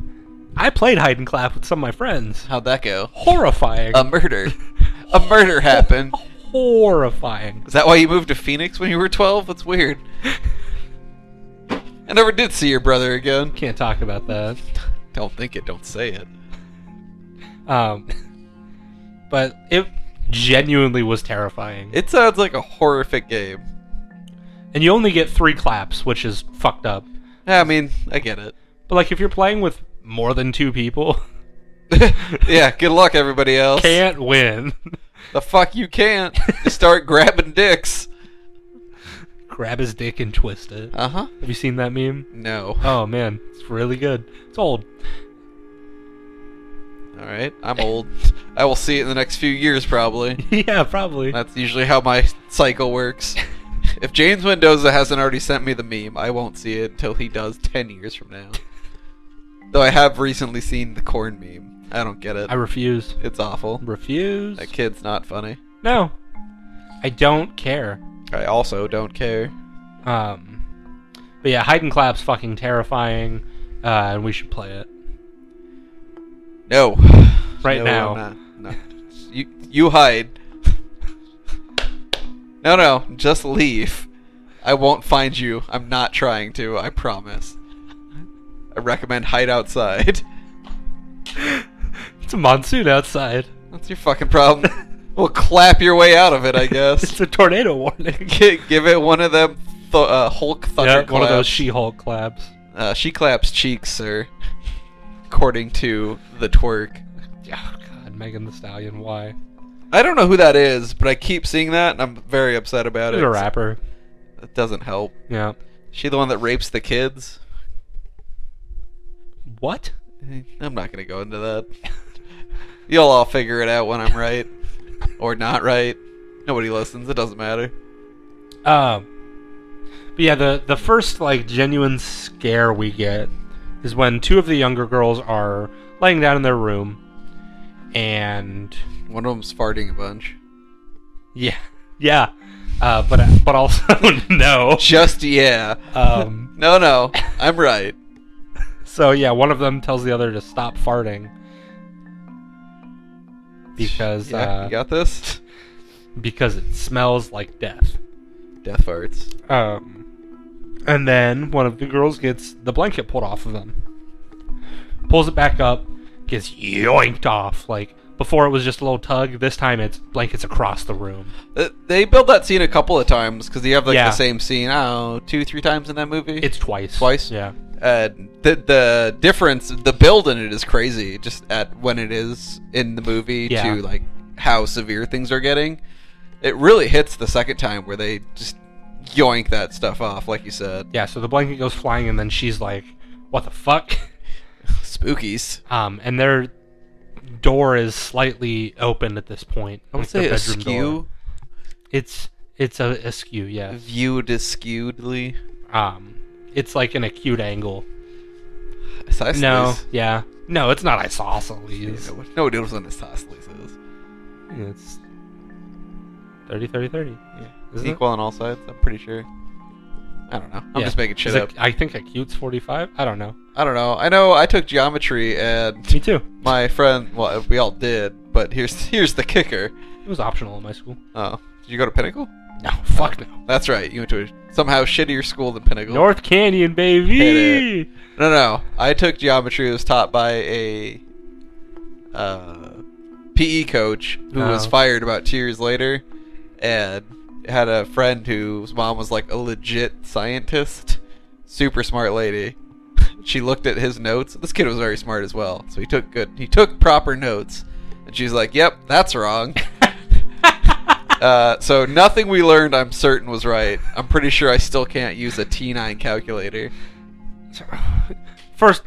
I played hide and clap with some of my friends. How'd that go? Horrifying. A murder. A murder happened. horrifying. Is that why you moved to Phoenix when you were 12? That's weird. I never did see your brother again. Can't talk about that. Don't think it, don't say it. Um, *laughs* but it genuinely was terrifying. It sounds like a horrific game. and you only get three claps, which is fucked up. I mean, I get it. *laughs* But like, if you're playing with more than two people, *laughs* yeah, good luck, everybody else. can't win. *laughs* The fuck you can't. You start grabbing dicks. Grab his dick and twist it. Uh huh. Have you seen that meme? No. Oh man, it's really good. It's old. *laughs* Alright, I'm old. I will see it in the next few years, probably. yeah, probably. That's usually how my cycle *laughs* works. If James Mendoza hasn't already sent me the meme, I won't see it until he does 10 years from *laughs* now. Though I have recently seen the corn meme. I don't get it. I refuse. It's awful. Refuse. That kid's not funny. No, I don't care. I also don't care. Um, but yeah, hide and clap's fucking terrifying, uh, and we should play it No. right No, now. I'm not. No. You, you hide. No, no. Just leave. I won't find you. I'm not trying to. I promise. I recommend hide outside. *laughs* It's a monsoon outside. *laughs* That's your fucking problem. well, clap your way out of it, I guess. *laughs* It's a tornado warning. Gi- Give it one of them th- uh, Hulk thunder yeah, one of those claps. She-Hulk claps. Uh, she claps cheeks, sir. According to the twerk. Oh God, Megan the Stallion. Why? I don't know who that is, but I keep seeing that, and I'm very upset about She's it. a rapper. It doesn't help. Yeah. She the one that rapes the kids. What? Eh, I'm not gonna go into *laughs* that. You'll all figure it out when I'm right or not right. Nobody listens. It doesn't matter. Um. But yeah, the the first like genuine scare we get is when two of the younger girls are laying down in their room, and One of them's farting a bunch. yeah, *laughs* yeah, uh, but but also *laughs* no. Just yeah. Um. No, no, I'm *laughs* right. So yeah, one of them tells the other to stop farting because Yeah, uh, you got this. because it smells like death. Death farts. Um, and then one of the girls gets the blanket pulled off of them, pulls it back up, gets yoinked off. Like before, it was just a little tug. This time, it's blankets across the room. Uh, They build that scene a couple of times because you have like Yeah. the same scene. I don't know, two, three times in that movie. It's twice. Twice? Yeah. uh, the the difference, the build in it is crazy. Just at when it is in the movie Yeah. to like how severe things are getting. It really hits the second time where they just yoink that stuff off, like you said. Yeah. So the blanket goes flying, and then she's like, "What the fuck?" *laughs* Spookies. Um, and their door is slightly open at this point. I would like the say bedroom askew, door. It's it's a askew, yes. viewed askewedly. Um, it's like an acute angle. Isosceles. No, yeah, no, it's not Yeah, isosceles. no- no one knows what an isosceles is. It's 30, 30, 30. Yeah. Isn't it? Equal on all sides, I'm pretty sure. I don't know. I'm Yeah. just making shit Is it- up. I think acute's 45. I don't know. I don't know. I know I took geometry and *laughs* Me too. my friend. Well, we all did, but here's *laughs* here's the kicker. It was optional in my school. Oh, did you go to Pinnacle? No, fuck no. That's right. You went to a somehow shittier school than Pinnacle. North Canyon, baby. Hit No, no. I took geometry. It was taught by a uh, PE coach who was Oh. fired about two years later, and had a friend whose mom was like a legit scientist, super smart lady. *laughs* she looked at his notes. This kid was very smart as well, so he took good. He took proper notes, and she's like, "Yep, that's wrong." Uh, so nothing we learned, I'm certain, was right. I'm pretty sure I still can't use a T9 calculator, *sighs* First,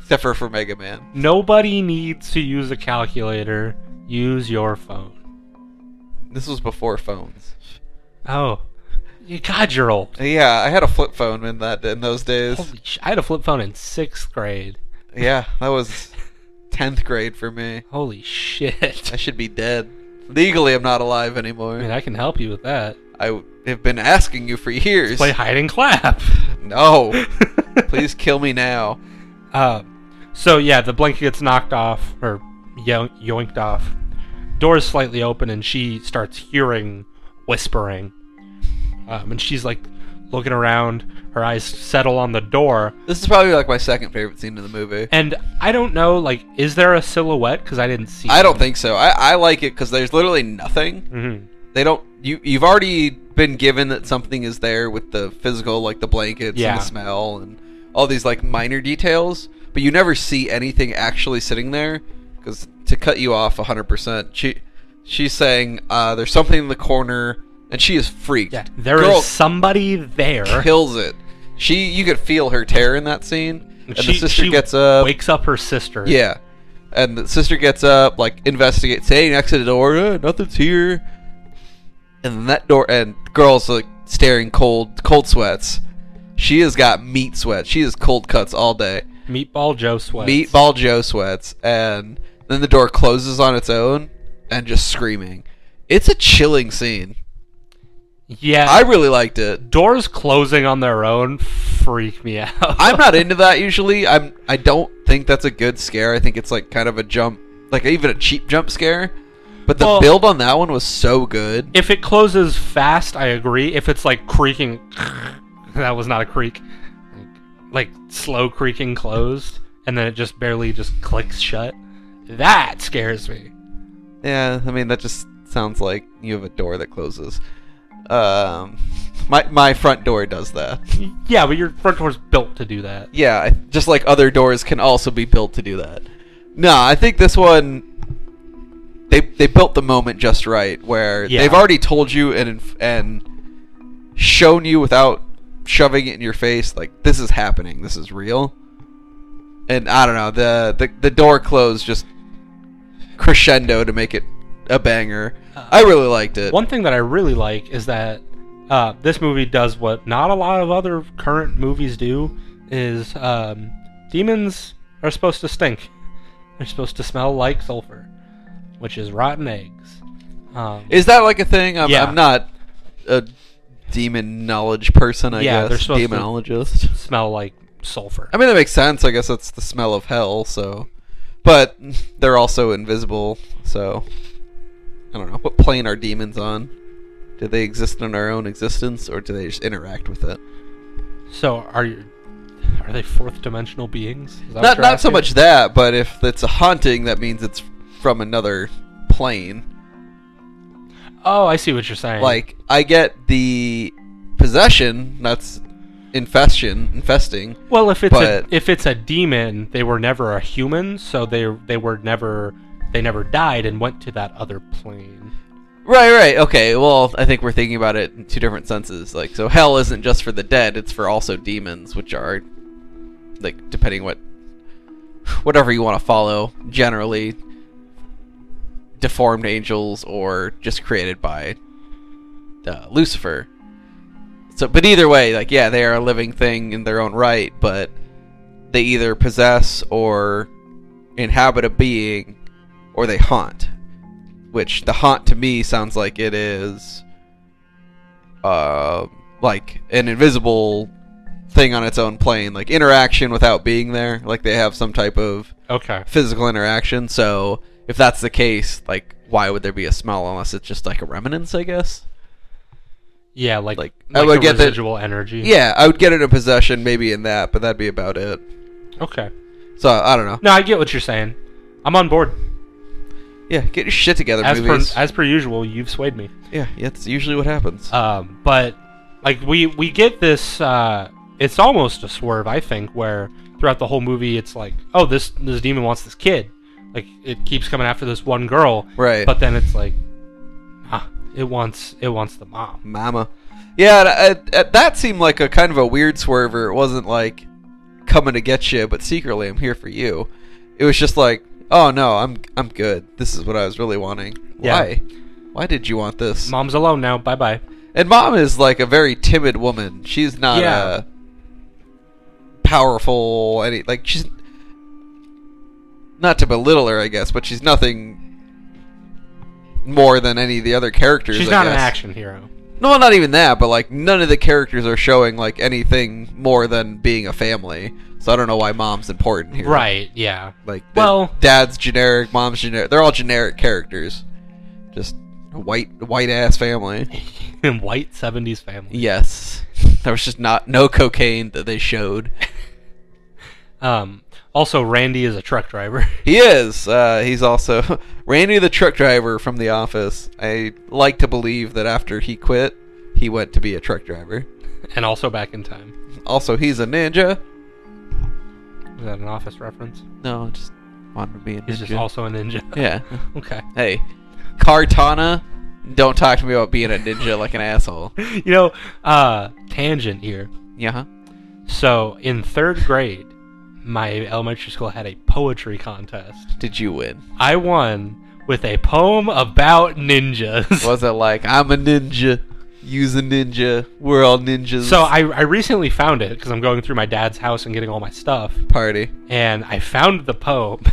except for for Mega Man. nobody needs to use a calculator. Use your phone. This was before phones. Oh, you- God, you're old. *laughs* Yeah, I had a flip phone in that in those days. Holy sh- I had a flip phone in sixth grade. *laughs* Yeah, that was tenth grade for me. Holy *laughs* shit. I should be dead. Legally, I'm not alive I mean, anymore. I can help you with that. I have been asking you for years. Play hide and clap. *laughs* No, please kill me now. Uh, so yeah, the blanket gets knocked off or yo- yoinked off. Door is slightly open, and she starts hearing whispering. Um, and she's like looking around. Her eyes settle on the door, This is probably like my second favorite scene in the movie. and I don't know. Like, is there a silhouette? Because I didn't see. I don't think so. I, I like it because there's literally nothing. hmm they don't you you've already been given that something is there with the physical like the blankets Yeah. and the smell and all these like minor details but you never see anything actually sitting there because to cut you off 100% she she's saying uh, there's something in the corner and she is freaked Yeah, there is Girl somebody there. kills it she you could feel her terror in that scene and she, the sister she gets up wakes up her sister. yeah. And the sister gets up, like investigates, hey, next to the door, eh, nothing's here. And then that door and girls like staring cold cold sweats. She has got meat sweats. She has cold cuts all day. Meatball Joe sweats. Meatball Joe sweats. And then the door closes on its own and just screaming. It's a chilling scene. Yeah. I really liked it. doors closing on their own freak me out. I'm not into that usually. I'm I don't think that's a good scare. I think it's like kind of a jump, like even a cheap jump scare. But the Well- build on that one was so good. if it closes fast, I agree. If it's like creaking, *laughs* that was not a creak, like slow creaking closed, and then it just barely just clicks shut. That scares me. Yeah, I mean that just sounds like you have a door that closes. Um, my my front door does that. *laughs* Yeah, but your front door's built to do that. Yeah, I- just like other doors can also be built to do that. No, I think this one they they built the moment just right where Yeah. they've already told you and inf- and shown you without shoving it in your face like this is happening, this is real. And I don't know, the the, the door closed just crescendo to make it a banger. I really liked it. One thing that I really like is that uh, this movie does what not a lot of other current movies do: is um, demons are supposed to stink. They're supposed to smell like sulfur, which is rotten eggs. Um, Is that like a thing? I'm, Yeah. I'm not a demon knowledge person, I Yeah, they're guess. supposed to- Demonologist. smell like sulfur. I mean, that makes sense. I guess that's the smell of hell, so. But *laughs* they're also invisible, so. I don't know. What plane are demons on? Do they exist in our own existence, or do they just interact with it? So are you? Are they fourth dimensional beings? Is that what Not, you're not so asking? much that, but if it's a haunting, that means it's from another plane. Oh, I see what you're saying. Like, I get the possession, that's infestion, infesting. well, if it's but- a, if it's a demon, they were never a human, so they they were never they never died and went to that other plane. Right, right. Okay. Well, I think we're thinking about it in two different senses. Like, so hell isn't just for the dead; it's for also demons, which are, like, depending what, whatever you want to follow, generally deformed angels or just created by uh, Lucifer. So, but either way, like, yeah, they are a living thing in their own right, but they either possess or inhabit a being, or they haunt which the haunt to me sounds like it is um like an invisible thing on its own plane, like interaction without being there. Like they have some type of Okay. physical interaction. So if that's the case, like why would there be a smell unless it's just like a remnants, I guess? Yeah, like Like, like, I would the get that- residual energy. Yeah, I would get it in possession maybe in that, but that'd be about it. Okay. So I don't know. No, I get what you're saying. I'm on board. Yeah, get your shit together, As per, movies. as per usual, you've swayed me. yeah, that's usually what happens. Um, but like we we get this, uh, it's almost a swerve, I think, where throughout the whole movie, it's like, oh, this this demon wants this kid. Like it keeps coming after this one girl, right. but then it's like, ah, it wants it wants the mom. Mama. Yeah, and, uh, uh, that seemed like a kind of a weird swerver. It wasn't like coming to get you, but secretly I'm here for you. It was just like, oh no, I'm I'm good. This is what I was really wanting. Yeah. Why? Why did you want this? Mom's alone now. Bye bye. And mom is like a very timid woman. She's not Yeah. uh powerful. Any like she's not to belittle her, I guess, but she's nothing more than any of the other characters. She's I not an guess. action hero. No, not even that, but like none of the characters are showing like anything more than being a family. So I don't know why mom's important here. Right? Yeah. *laughs* Like well, Well- dad's generic, mom's generic. They're all generic characters. Just a white white ass *laughs* family. In white '70s family. Yes. There was just not no cocaine that they showed. *laughs* Um, also, Randy is a truck driver. *laughs* He is. Uh, he's also *laughs* Randy the truck driver from the office. I like to believe that after he quit, he went to be a truck driver. and also back in time. Also, he's a ninja. Is that an office reference? No, just wanted to be a ninja. He's just also a ninja. *laughs* Yeah. Okay. Hey, Kartana, don't talk to me about being a ninja like an asshole. *laughs* You know, uh, tangent here. Yeah. So in third grade, my elementary school had a poetry contest. Did you win? I won with a poem about ninjas. Was it like I'm a ninja, use a ninja, we're all ninjas? *laughs* So I, I recently found it because I'm going through my dad's house and getting all my stuff, party. and I found the poem,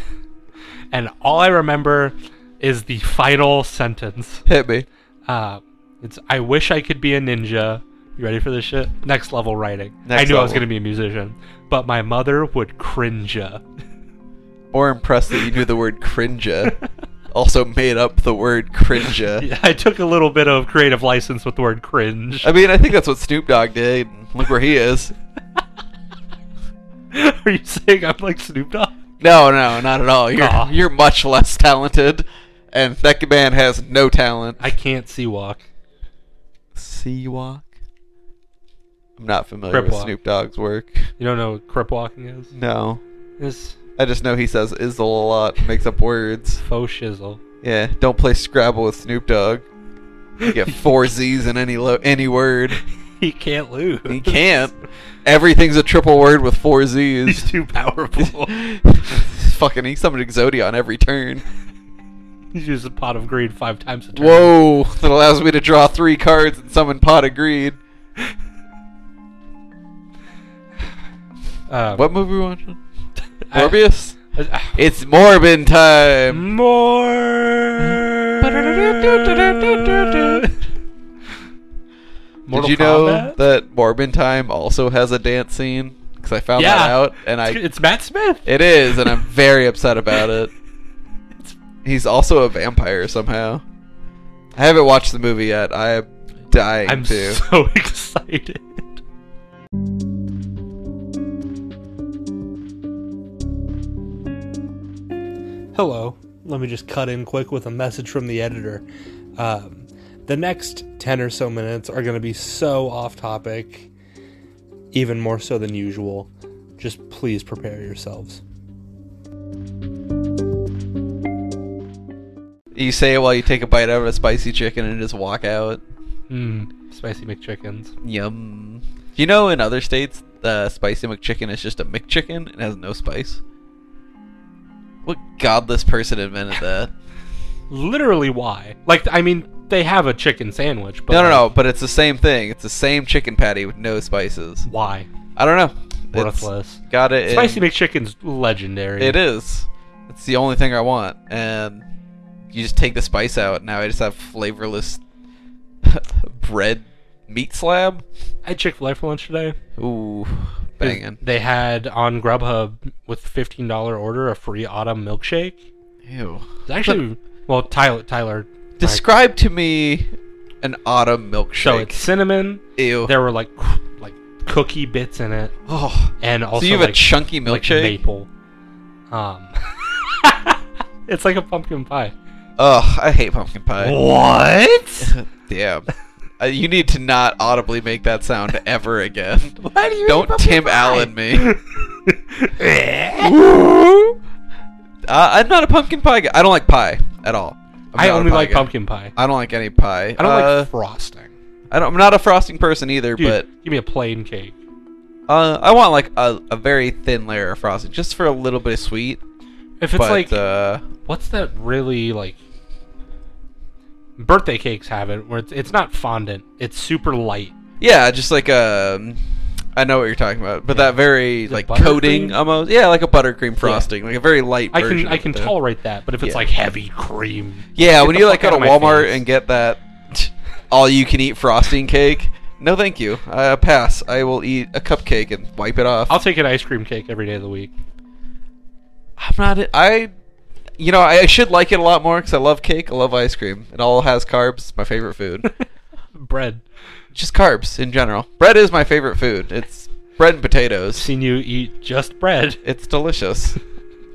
*laughs* and all I remember is the final sentence. Hit me. Uh, it's I wish I could be a ninja. You ready for this shit? Next level writing. Next I knew I was level. gonna be a musician, but my mother would cringe. *laughs* Or impressed that you knew the word *laughs* crinja. also made up the word crinja. I took a little bit of creative license with the word cringe. I mean, I think that's what Snoop Dogg did. Look where he is. *laughs* Are you saying I'm like Snoop Dogg? No, no, not at all. You're Aw. you're much less talented, and that man has no talent. I can't see walk. Sea Walk. I'm not familiar Crip with walk. Snoop Dogg's work. You don't know what crip walking is? No. It's I just know he says Izzle a lot, and makes up words. faux shizzle. Yeah, don't play Scrabble with Snoop Dogg. You get four Z's in any lo- any word. he can't lose. *laughs* He can't. Everything's a triple word with four Z's. *laughs* He's too powerful. Fucking, he summoned Exodia on every turn. He's used a pot of greed five times a turn. Whoa, that allows me to draw three cards and summon Pot of Greed. Uh, What movie we watching? *laughs* I- Morbius? I- It's Morbin time! More. Did you know that Morbin Time also has a dance scene? Because I found that Yeah. out, and I it's, it's Matt Smith. it is, and I'm very upset about it. He's also a vampire somehow. I haven't watched the movie yet. I'm dying I'm to. *laughs* so excited. Hello. Let me just cut in quick with a message from the editor. Um, the next 10 or so minutes are going to be so off topic, even more so than usual. Just please prepare yourselves. You say it while you take a bite out of a spicy chicken and just walk out. Mmm, spicy McChickens. Yum. You know, in other states, the spicy McChicken is just a McChicken and has no spice. What godless person invented that? Literally, why? Like, I mean, they have a chicken sandwich, but no, no, no. like, But it's the same thing. It's the same chicken patty with no spices. Why? I don't know. It's Worthless. got it. in- Spicy McChicken's legendary. It is. It's the only thing I want, and you just take the spice out. Now I just have flavorless *laughs* bread meat slab. I had Chick Fil A for lunch today. Ooh, banging. They had on Grubhub with fifteen dollar order a free autumn milkshake. Ew. It's actually well, Tyler. Tyler. Describe to me an autumn milkshake. So it's cinnamon. Ew. There were like cr- like cookie bits in it, oh, and also so you have like, a chunky like milkshake. maple. Um, *laughs* it's like a pumpkin pie. Ugh, I hate pumpkin pie. What? *laughs* Damn. Uh, you need to not audibly make that sound ever again. *laughs* Why do you Don't Tim Allen me. *laughs* Uh, I Woo! Uh, I'm not a pumpkin pie guy. I don't like pie at all. I'm not a only pie like guy. pumpkin pie. I don't like any pie. I don't Uh, like frosting. I don't, I'm not a frosting person either, Dude, but give me a plain cake. uh, I want like a, a very thin layer of frosting, just for a little bit of sweet. If it's but like uh, what's that really like? Birthday cakes have it where it's, it's not fondant. It's super light. yeah, just like um, I know what you're talking about, but that very Is it like buttercream? coating almost, yeah, like a buttercream frosting, like a very light. I can version I of can that. tolerate that, but if it's Yeah. like heavy cream, Yeah, Get when the you like fuck go to outta my Walmart face. and get that *laughs* all you can eat frosting cake, no thank you. Uh, pass. I will eat a cupcake and wipe it off. I'll take an ice cream cake every day of the week. I'm not. e I, you know, I, I should like it a lot more because I love cake. I love ice cream. It all has carbs. It's my favorite *laughs* food. Bread. Just carbs in general. Bread is my favorite food. It's bread and potatoes. Seen you eat just bread. *laughs* It's delicious.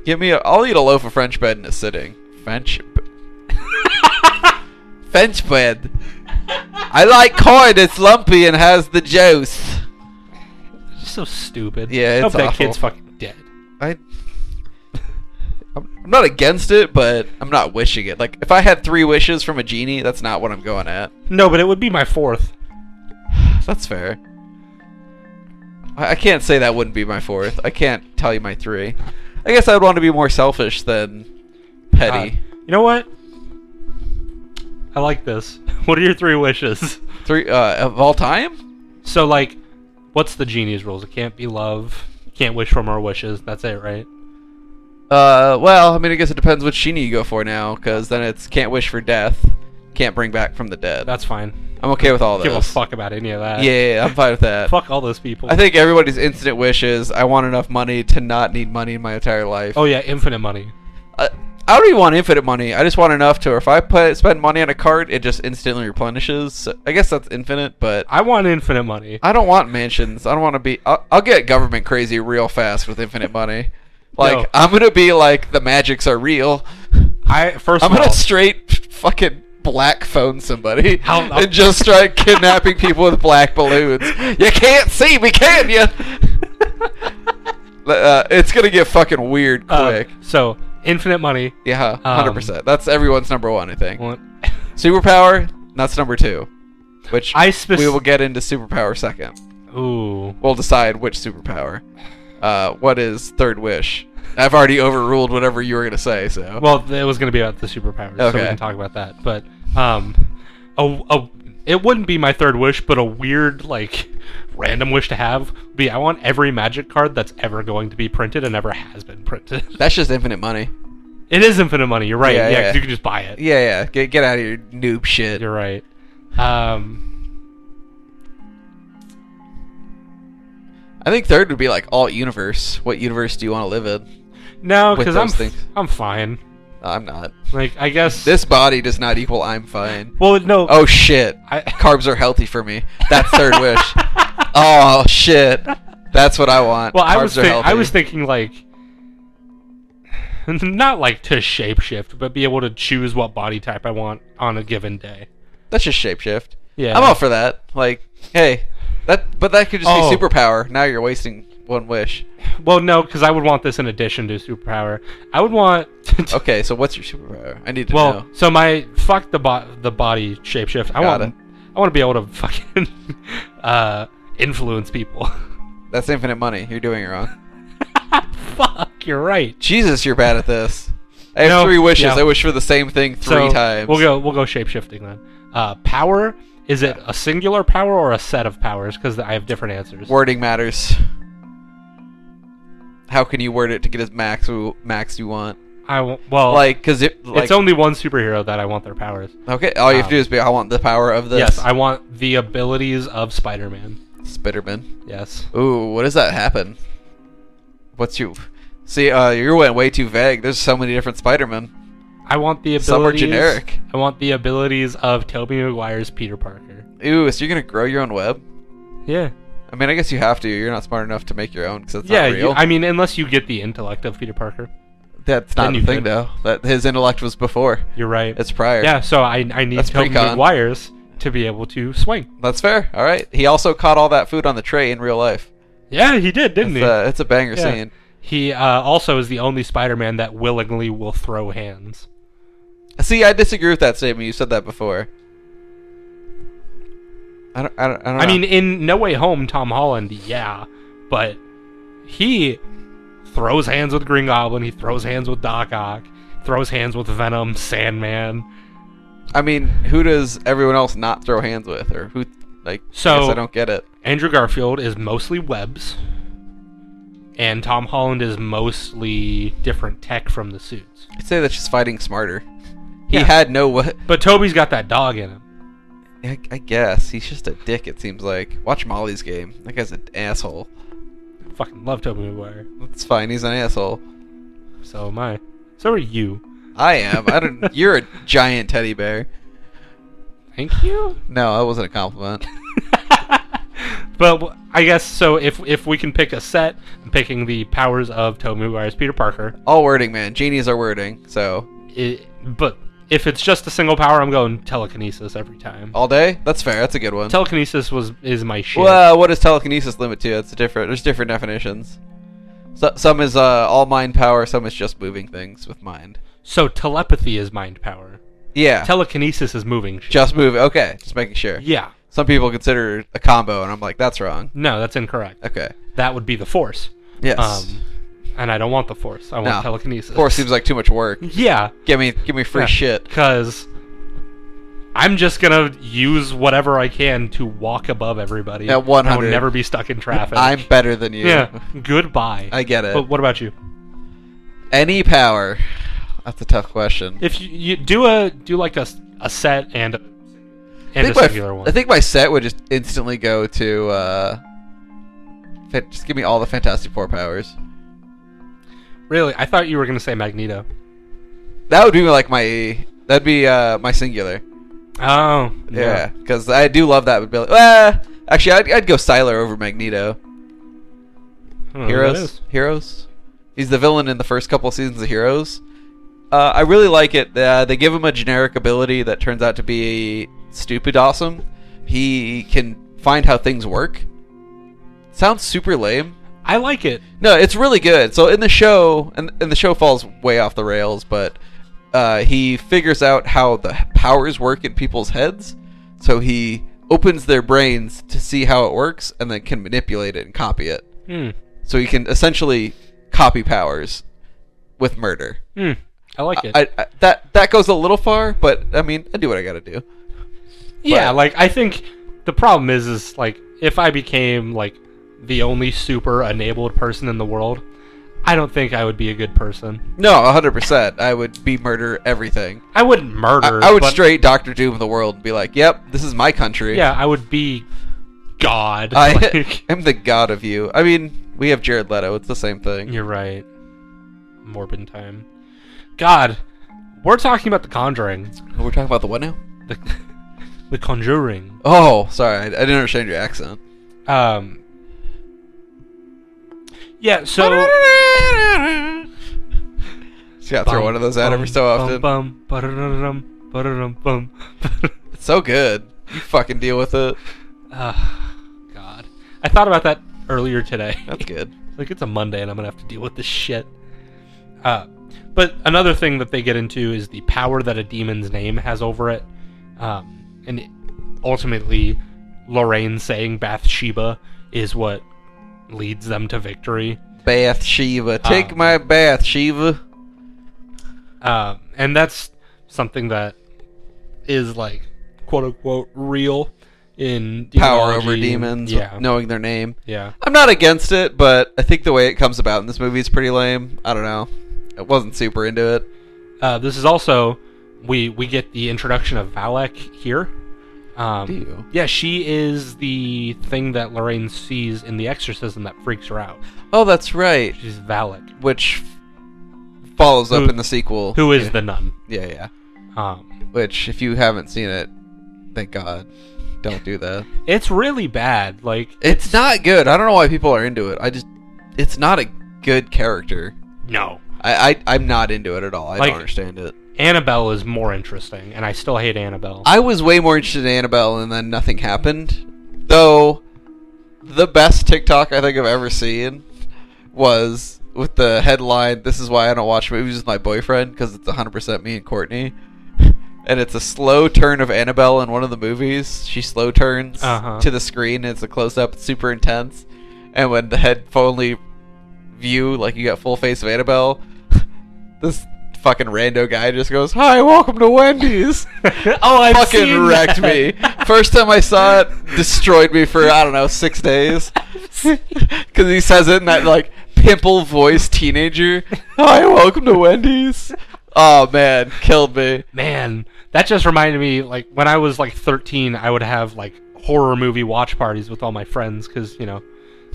Give me. A, I'll eat a loaf of French bread in a sitting. French. b- *laughs* French bread. I like corn. It's lumpy and has the juice. Just so stupid. Yeah, I hope it's that awful. kid's fucking dead. I. I'm I'm not against it, but I'm not wishing it. Like, if I had three wishes from a genie, that's not what I'm going at. No, but it would be my fourth. That's fair. I, I can't say that wouldn't be my fourth. I can't tell you my three. I guess I'd want to be more selfish than petty. Uh, you know what? I like this. *laughs* What are your three wishes? Three uh, of all time? So like, what's the genie's rules? It can't be love. Can't wish for more wishes. That's it, right? Uh, well, I mean, I guess it depends which genie you go for now, because then it's can't wish for death, can't bring back from the dead. That's fine. I'm okay with all Give a those. fuck about any of that. Yeah, yeah, yeah, I'm fine with that. *laughs* Fuck all those people. I think everybody's instant wish is I want enough money to not need money in my entire life. oh yeah, infinite money. I, I don't even want infinite money. I just want enough to where if I put, spend money on a card, it just instantly replenishes. So I guess that's infinite, but I want infinite money. I don't want mansions. I don't want to be. I'll, I'll get government crazy real fast with infinite *laughs* money. Like No. I'm gonna be like the magics are real. *laughs* I first I'm of all, gonna straight fucking black phone *laughs* somebody I'll- I'll- and just start kidnapping people with black balloons. You can't see me, can *laughs* you? uh, it's gonna get fucking weird uh, um, quick. so infinite money. yeah, hundred percent. That's everyone's number one, I think. Well, Superpower, that's number two. Which I spec- we will get into superpower second. *laughs* Ooh. We'll decide which superpower. Uh, what is third wish? I've already overruled whatever you were gonna say, so Well, it was going to be about the superpowers, so we Okay. can talk about that. But um, a, a, it wouldn't be my third wish, but a weird like random wish to have would be I want every magic card that's ever going to be printed and ever has been printed. *laughs* that's just infinite money. it is infinite money. You're right. Yeah, Yeah, 'cause yeah. you can just buy it. Yeah, yeah. Get get out of your noob shit. You're right. Um, I think third would be like alt universe. What universe do you want to live in? no, With because I'm those things. I'm fine. I'm not. Like I guess This body does not equal I'm fine. Well, no. Oh shit. I, *laughs* Carbs are healthy for me. That's third wish. Oh shit. That's what I want. well, Carbs I was are thi- healthy. I was thinking like *laughs* not like to shapeshift, but be able to choose what body type I want on a given day. That's just shapeshift. Yeah. I'm all for that. Like, hey, that but that could just Oh. be superpower. Now you're wasting one wish. Well, no, because I would want this in addition to superpower. I would want. *laughs* Okay, so what's your superpower? I need to well, know. so my fuck the bo- the body shapeshift. I Got want. it. I want to be able to fucking *laughs* uh, influence people. *laughs* That's infinite money. You're doing it wrong. fuck, you're right. Jesus, you're bad at this. I have No, three wishes. yeah. I wish for the same thing three so times. We'll go. We'll go shapeshifting then. Uh, power. Is it a singular power or a set of powers? Because I have different answers. Wording matters. How can you word it to get as max max you want? I won't, well, Like, because it like, it's only one superhero that I want their powers. okay. All you have to do is be. I want the power of this. Yes, I want the abilities of Spider-Man. Spiderman. Yes. Ooh, what does that happen? What's you? See, uh, you went way too vague. There's so many different Spider-Man. I want the abilities. Some are generic. I want the abilities of Tobey Maguire's Peter Parker. Ooh, so you're gonna grow your own web? Yeah. I mean, I guess you have to. You're not smart enough to make your own because that's yeah. not real. You, I mean, unless you get the intellect of Peter Parker, that's then not the you thing, could. though. That his intellect was before. you're right. It's prior. yeah. So I I need That's Tobey pre-con. Maguire's to be able to swing. that's fair. All right. He also caught all that food on the tray in real life. Yeah, he did, didn't It's, he? uh, it's a banger Yeah. scene. He uh, also is the only Spider-Man that willingly will throw hands. See, I disagree with that statement. You said that before. I don't. I don't. I, don't I know. mean, in No Way Home, Tom Holland, yeah, but he throws hands with Green Goblin. He throws hands with Doc Ock. Throws hands with Venom, Sandman. I mean, who does everyone else not throw hands with, or who? Like, I, guess So- I don't get it. Andrew Garfield is mostly webs, and Tom Holland is mostly different tech from the suits. I'd say that's just fighting smarter. He Yeah. had no. we- But Toby's got that dog in him. I, I guess he's just a dick. It seems like. Watch Molly's game. That guy's an asshole. Fucking love Toby Maguire. That's fine. He's an asshole. So am I. So are you. I am. I don't. *laughs* you're a giant teddy bear. Thank you. No, that wasn't a compliment. But w- I guess so. If if we can pick a set, I'm picking the powers of Toby Maguire's Peter Parker. All wording, man. Genies are wording. So It, but if it's just a single power, I'm going telekinesis every time. all day. That's fair. That's a good one. Telekinesis was is my shit. Well, uh, what does telekinesis limit to? It's a different. There's different definitions. So, some is uh, all mind power. Some is just moving things with mind. so telepathy is mind power. Yeah, Telekinesis is moving shit. just move. Okay, just making sure. Yeah. Some people consider it a combo, and I'm like, that's wrong. No, that's incorrect. Okay. That would be the force. Yes. Um, and I don't want the force. I want No. telekinesis. Force seems like too much work. Yeah. Give me, give me free shit. Because I'm just gonna use whatever I can to walk above everybody. At 100. I will never be stuck in traffic. I'm better than you. *laughs* Yeah. Goodbye. I get it. But what about you? Any power. That's a tough question. If you, you do a do like a, s- a set and a, I and a think, my, singular one. I think my set would just instantly go to. Uh, fa- just give me all the Fantastic Four powers. really, I thought you were gonna say Magneto. That would be like my. That'd be uh, my singular. Oh. Yeah, because I do love that ability. Ah, actually, I'd, I'd go Styler over Magneto. I don't know Oh, who that Heroes, is. Heroes. He's the villain in the first couple seasons of Heroes. Uh, I really like it. Uh, they give him a generic ability that turns out to be stupid awesome. He can find how things work. Sounds super lame. I like it. No, it's really good. So in the show, and, and the show falls way off the rails, but uh, he figures out how the powers work in people's heads. So he opens their brains to see how it works, and then can manipulate it and copy it. Hmm. So he can essentially copy powers with murder. Hmm. I like it. I, I, that that goes a little far, but I mean, I do what I got to do. Yeah, But- like I think the problem is is like if I became like the only super enabled person in the world, I don't think I would be a good person. No, hundred percent. I would be murder everything. I wouldn't I, murder. I would but- straight Doctor Doom the world and be like, "Yep, this is my country." Yeah, I would be God. I *laughs* like, *laughs* am the god of you. I mean, we have Jared Leto. It's the same thing. you're right. Morbid time. God, we're talking about the Conjuring. Oh, We're talking about the what now? The, *laughs* the Conjuring. Oh, sorry, I, I didn't understand your accent. Um. Yeah. *laughs* So. Just gotta throw one of those out every so often. Bum, bum, ba-da-dum, ba-da-dum, bum. It's so good. You fucking deal with it. Ah, God. I thought about that earlier today. That's good. like, it's a Monday and I'm going to have to deal with this shit. Uh, but another thing that they get into is the power that a demon's name has over it. Um, and it- ultimately, Lorraine saying Bathsheba is what leads them to victory. Bath Shiva, take Um, my bath, Shiva. Um, and that's something that is, like, quote unquote, real in Power over demonology. demons, Yeah. knowing their name. Yeah. I'm not against it, but I think the way it comes about in this movie is pretty lame. I don't know. I wasn't super into it. Uh, this is also we we get the introduction of Valak here. Um, Do you? Yeah, she is the thing that Lorraine sees in the exorcism that freaks her out. Oh, that's right. She's Valak, Which follows Who- up in the sequel. who is Yeah. the nun. Yeah, yeah. Um, Which, if you haven't seen it, thank God, don't do that. it's really bad. Like It's not good. I don't know why people are into it. I just, it's not a good character. no. I, I I'm not into it at all. I Like- don't understand it. Annabelle is more interesting, and I still hate Annabelle. I was way more interested in Annabelle, and then nothing happened. Though, the best TikTok I think I've ever seen was with the headline, This is why I don't watch movies with my boyfriend, because it's 100% me and Courtney. *laughs* And it's a slow turn of Annabelle in one of the movies. She slow turns Uh-huh. to the screen, and it's a close up, it's super intense. And when the head only view, like you got full face of Annabelle, *laughs* this fucking rando guy just goes, Hi, welcome to Wendy's *laughs* oh, I fucking wrecked me. *laughs* First time I saw it, destroyed me for I don't know six *laughs* days. Because he says it in that like pimple voice teenager. Hi, welcome to Wendy's. Oh man, killed me. Man, that just reminded me. Like when I was like 13, I would have like horror movie watch parties with all my friends because you know,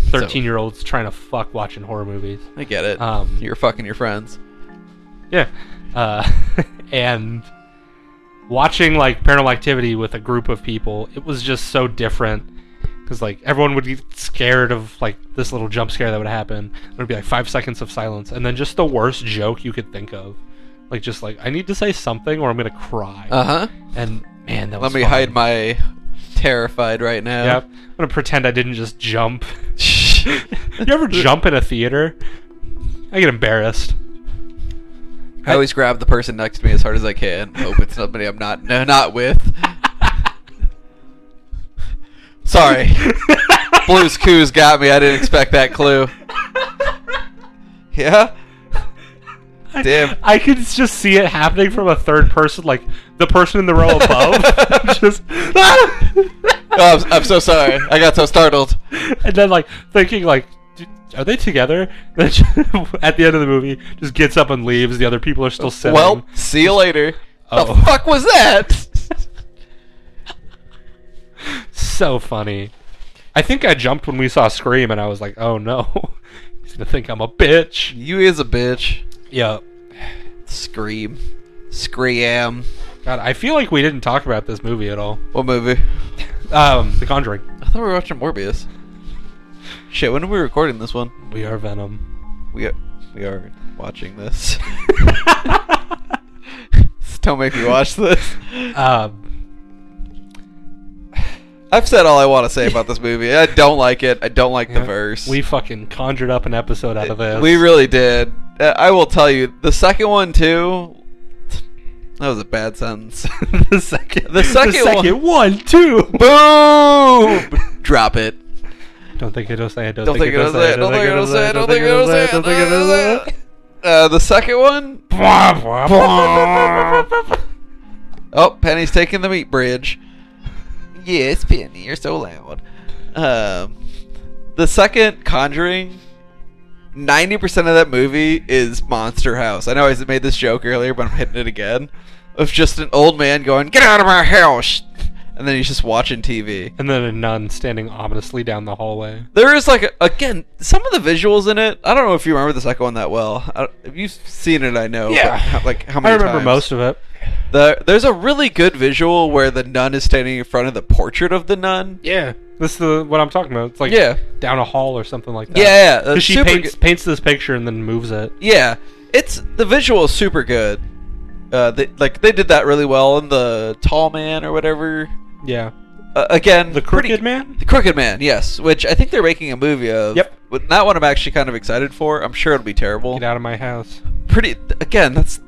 13 year olds trying to fuck watching horror movies. I get it. Um, You're fucking your friends. Yeah. Uh, *laughs* and watching like paranormal activity with a group of people, it was just so different because like everyone would get scared of like this little jump scare that would happen. There'd be like five seconds of silence, and then just the worst joke you could think of, like just like I need to say something or I'm gonna cry. Uh huh. and man, that was Let me fun. hide my terrified right now. Yep. I'm gonna pretend I didn't just jump. you *laughs* *laughs* ever jump in a theater? I *laughs* get embarrassed. I always grab the person next to me as hard as I can. Hope it's somebody I'm not no, not with. Sorry, Blue's Coos got me. I didn't expect that clue. Yeah, Damn. I could just see it happening from a third person, like the person in the *laughs* row above. just, "Ah!" oh, I'm, I'm so sorry. I got so startled. and then like thinking like, "D- are they together? *laughs* Then she- at the end of the movie, just gets up and leaves. The other people are still sitting. Well, see you later. Oh. The fuck was that? so funny. I think I jumped when we saw Scream, and I was like, oh no, *laughs* he's gonna think I'm a bitch. You is a bitch. Yeah. Scream, scream. God, I feel like we didn't talk about this movie at all. What movie? Um, The Conjuring. I thought we were watching Morbius. Shit, when are we recording this one? We are Venom. *laughs* We are, we are watching *laughs* this. Don't make me watch this. um, I've said all I want to *laughs* say about this movie. I don't like it. I don't like Yeah. the verse. We fucking conjured up an episode out of this. we *laughs* really did. Uh, I will tell you, the second one too. That was a bad sentence. *laughs* the second, The second one, too. Boom! Drop it. Don't think it'll say it. Don't, Don't think it'll say it. Don't think it'll say it. Don't think it'll say it. Don't think it'll say it. Uh, the second one. *laughs* Oh, Penny's taking the meat bridge. Yes, Penny, you're so loud. Um, the second Conjuring, 90% of that movie is Monster House. I know I made this joke earlier, but I'm hitting it again. Of just an old man going, Get out of my house! And then he's just watching TV. And then a nun standing ominously down the hallway. There is like, a, again, some of the visuals in it. I don't know if you remember the second one that well. I, if you've seen it, I know. but how- like, how many I remember times? most of it. The, there's a really good visual where the nun is standing in front of the portrait of the nun. Yeah, this is the, what I'm talking about. It's like Yeah. down a hall or something like that. Yeah, yeah, that's because she super paints, good. paints this picture and then moves it. Yeah, it's the visual is super good. Uh, they, like they did that really well in the Tall Man or whatever. Yeah, Uh, again, the pretty- crooked man. the Crooked Man, yes, which I think they're making a movie of. Yep. But that one I'm actually kind of excited for. I'm sure it'll be terrible. Get out of my house. Pretty again, that's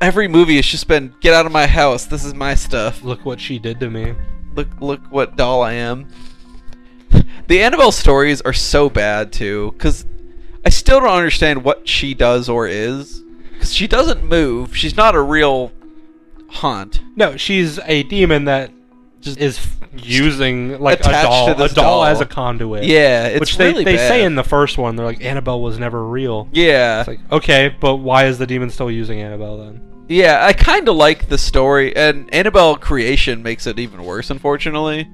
every movie has just been get out of my house. This is my stuff. Look what she did to me. look look what doll I am. The Annabelle stories are so bad too, because I still don't understand what she does or is, because she doesn't move. She's not a real haunt. No, she's a demon that Just is f- using like a Attached doll, to a doll, this doll. as a conduit. yeah, it's which they really they bad. say in the first one, they're like Annabelle was never real. yeah, It's like okay, but why is the demon still using Annabelle then? yeah. I kind of like the story, and Annabelle creation makes it even worse, unfortunately.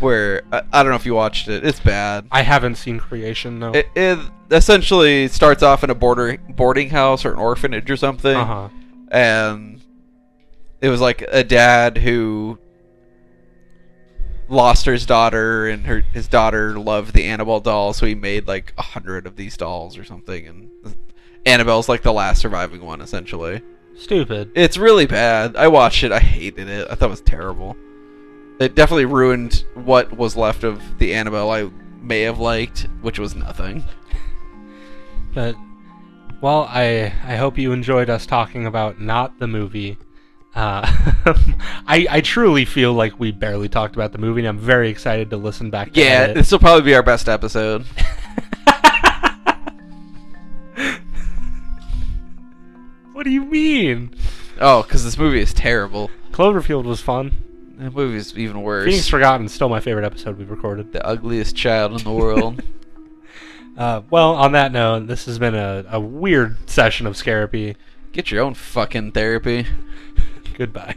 Where I, I don't know if you watched it, it's bad. I haven't seen Creation though. It, it essentially starts off in a border boarding house or an orphanage or something, uh huh. and it was like a dad who lost his daughter, and her his daughter loved the Annabelle doll, so he made like a hundred of these dolls or something, and Annabelle's like the last surviving one essentially. Stupid. It's really bad. I watched it. I hated it. I thought it was terrible. It definitely ruined what was left of the Annabelle I may have liked, which was nothing. But well, I I hope you enjoyed us talking about not the movie. Uh, *laughs* I I truly feel like we barely talked about the movie, and I'm very excited to listen back. To Yeah, edit. this will probably be our best episode. what do you mean? Oh, because this movie is terrible. Cloverfield was fun. That movie is even worse. Phoenix Forgotten is still my favorite episode we've recorded. the ugliest child in the world. Uh, well, on that note, this has been a, a weird session of Scarapy. Get your own fucking therapy. Goodbye.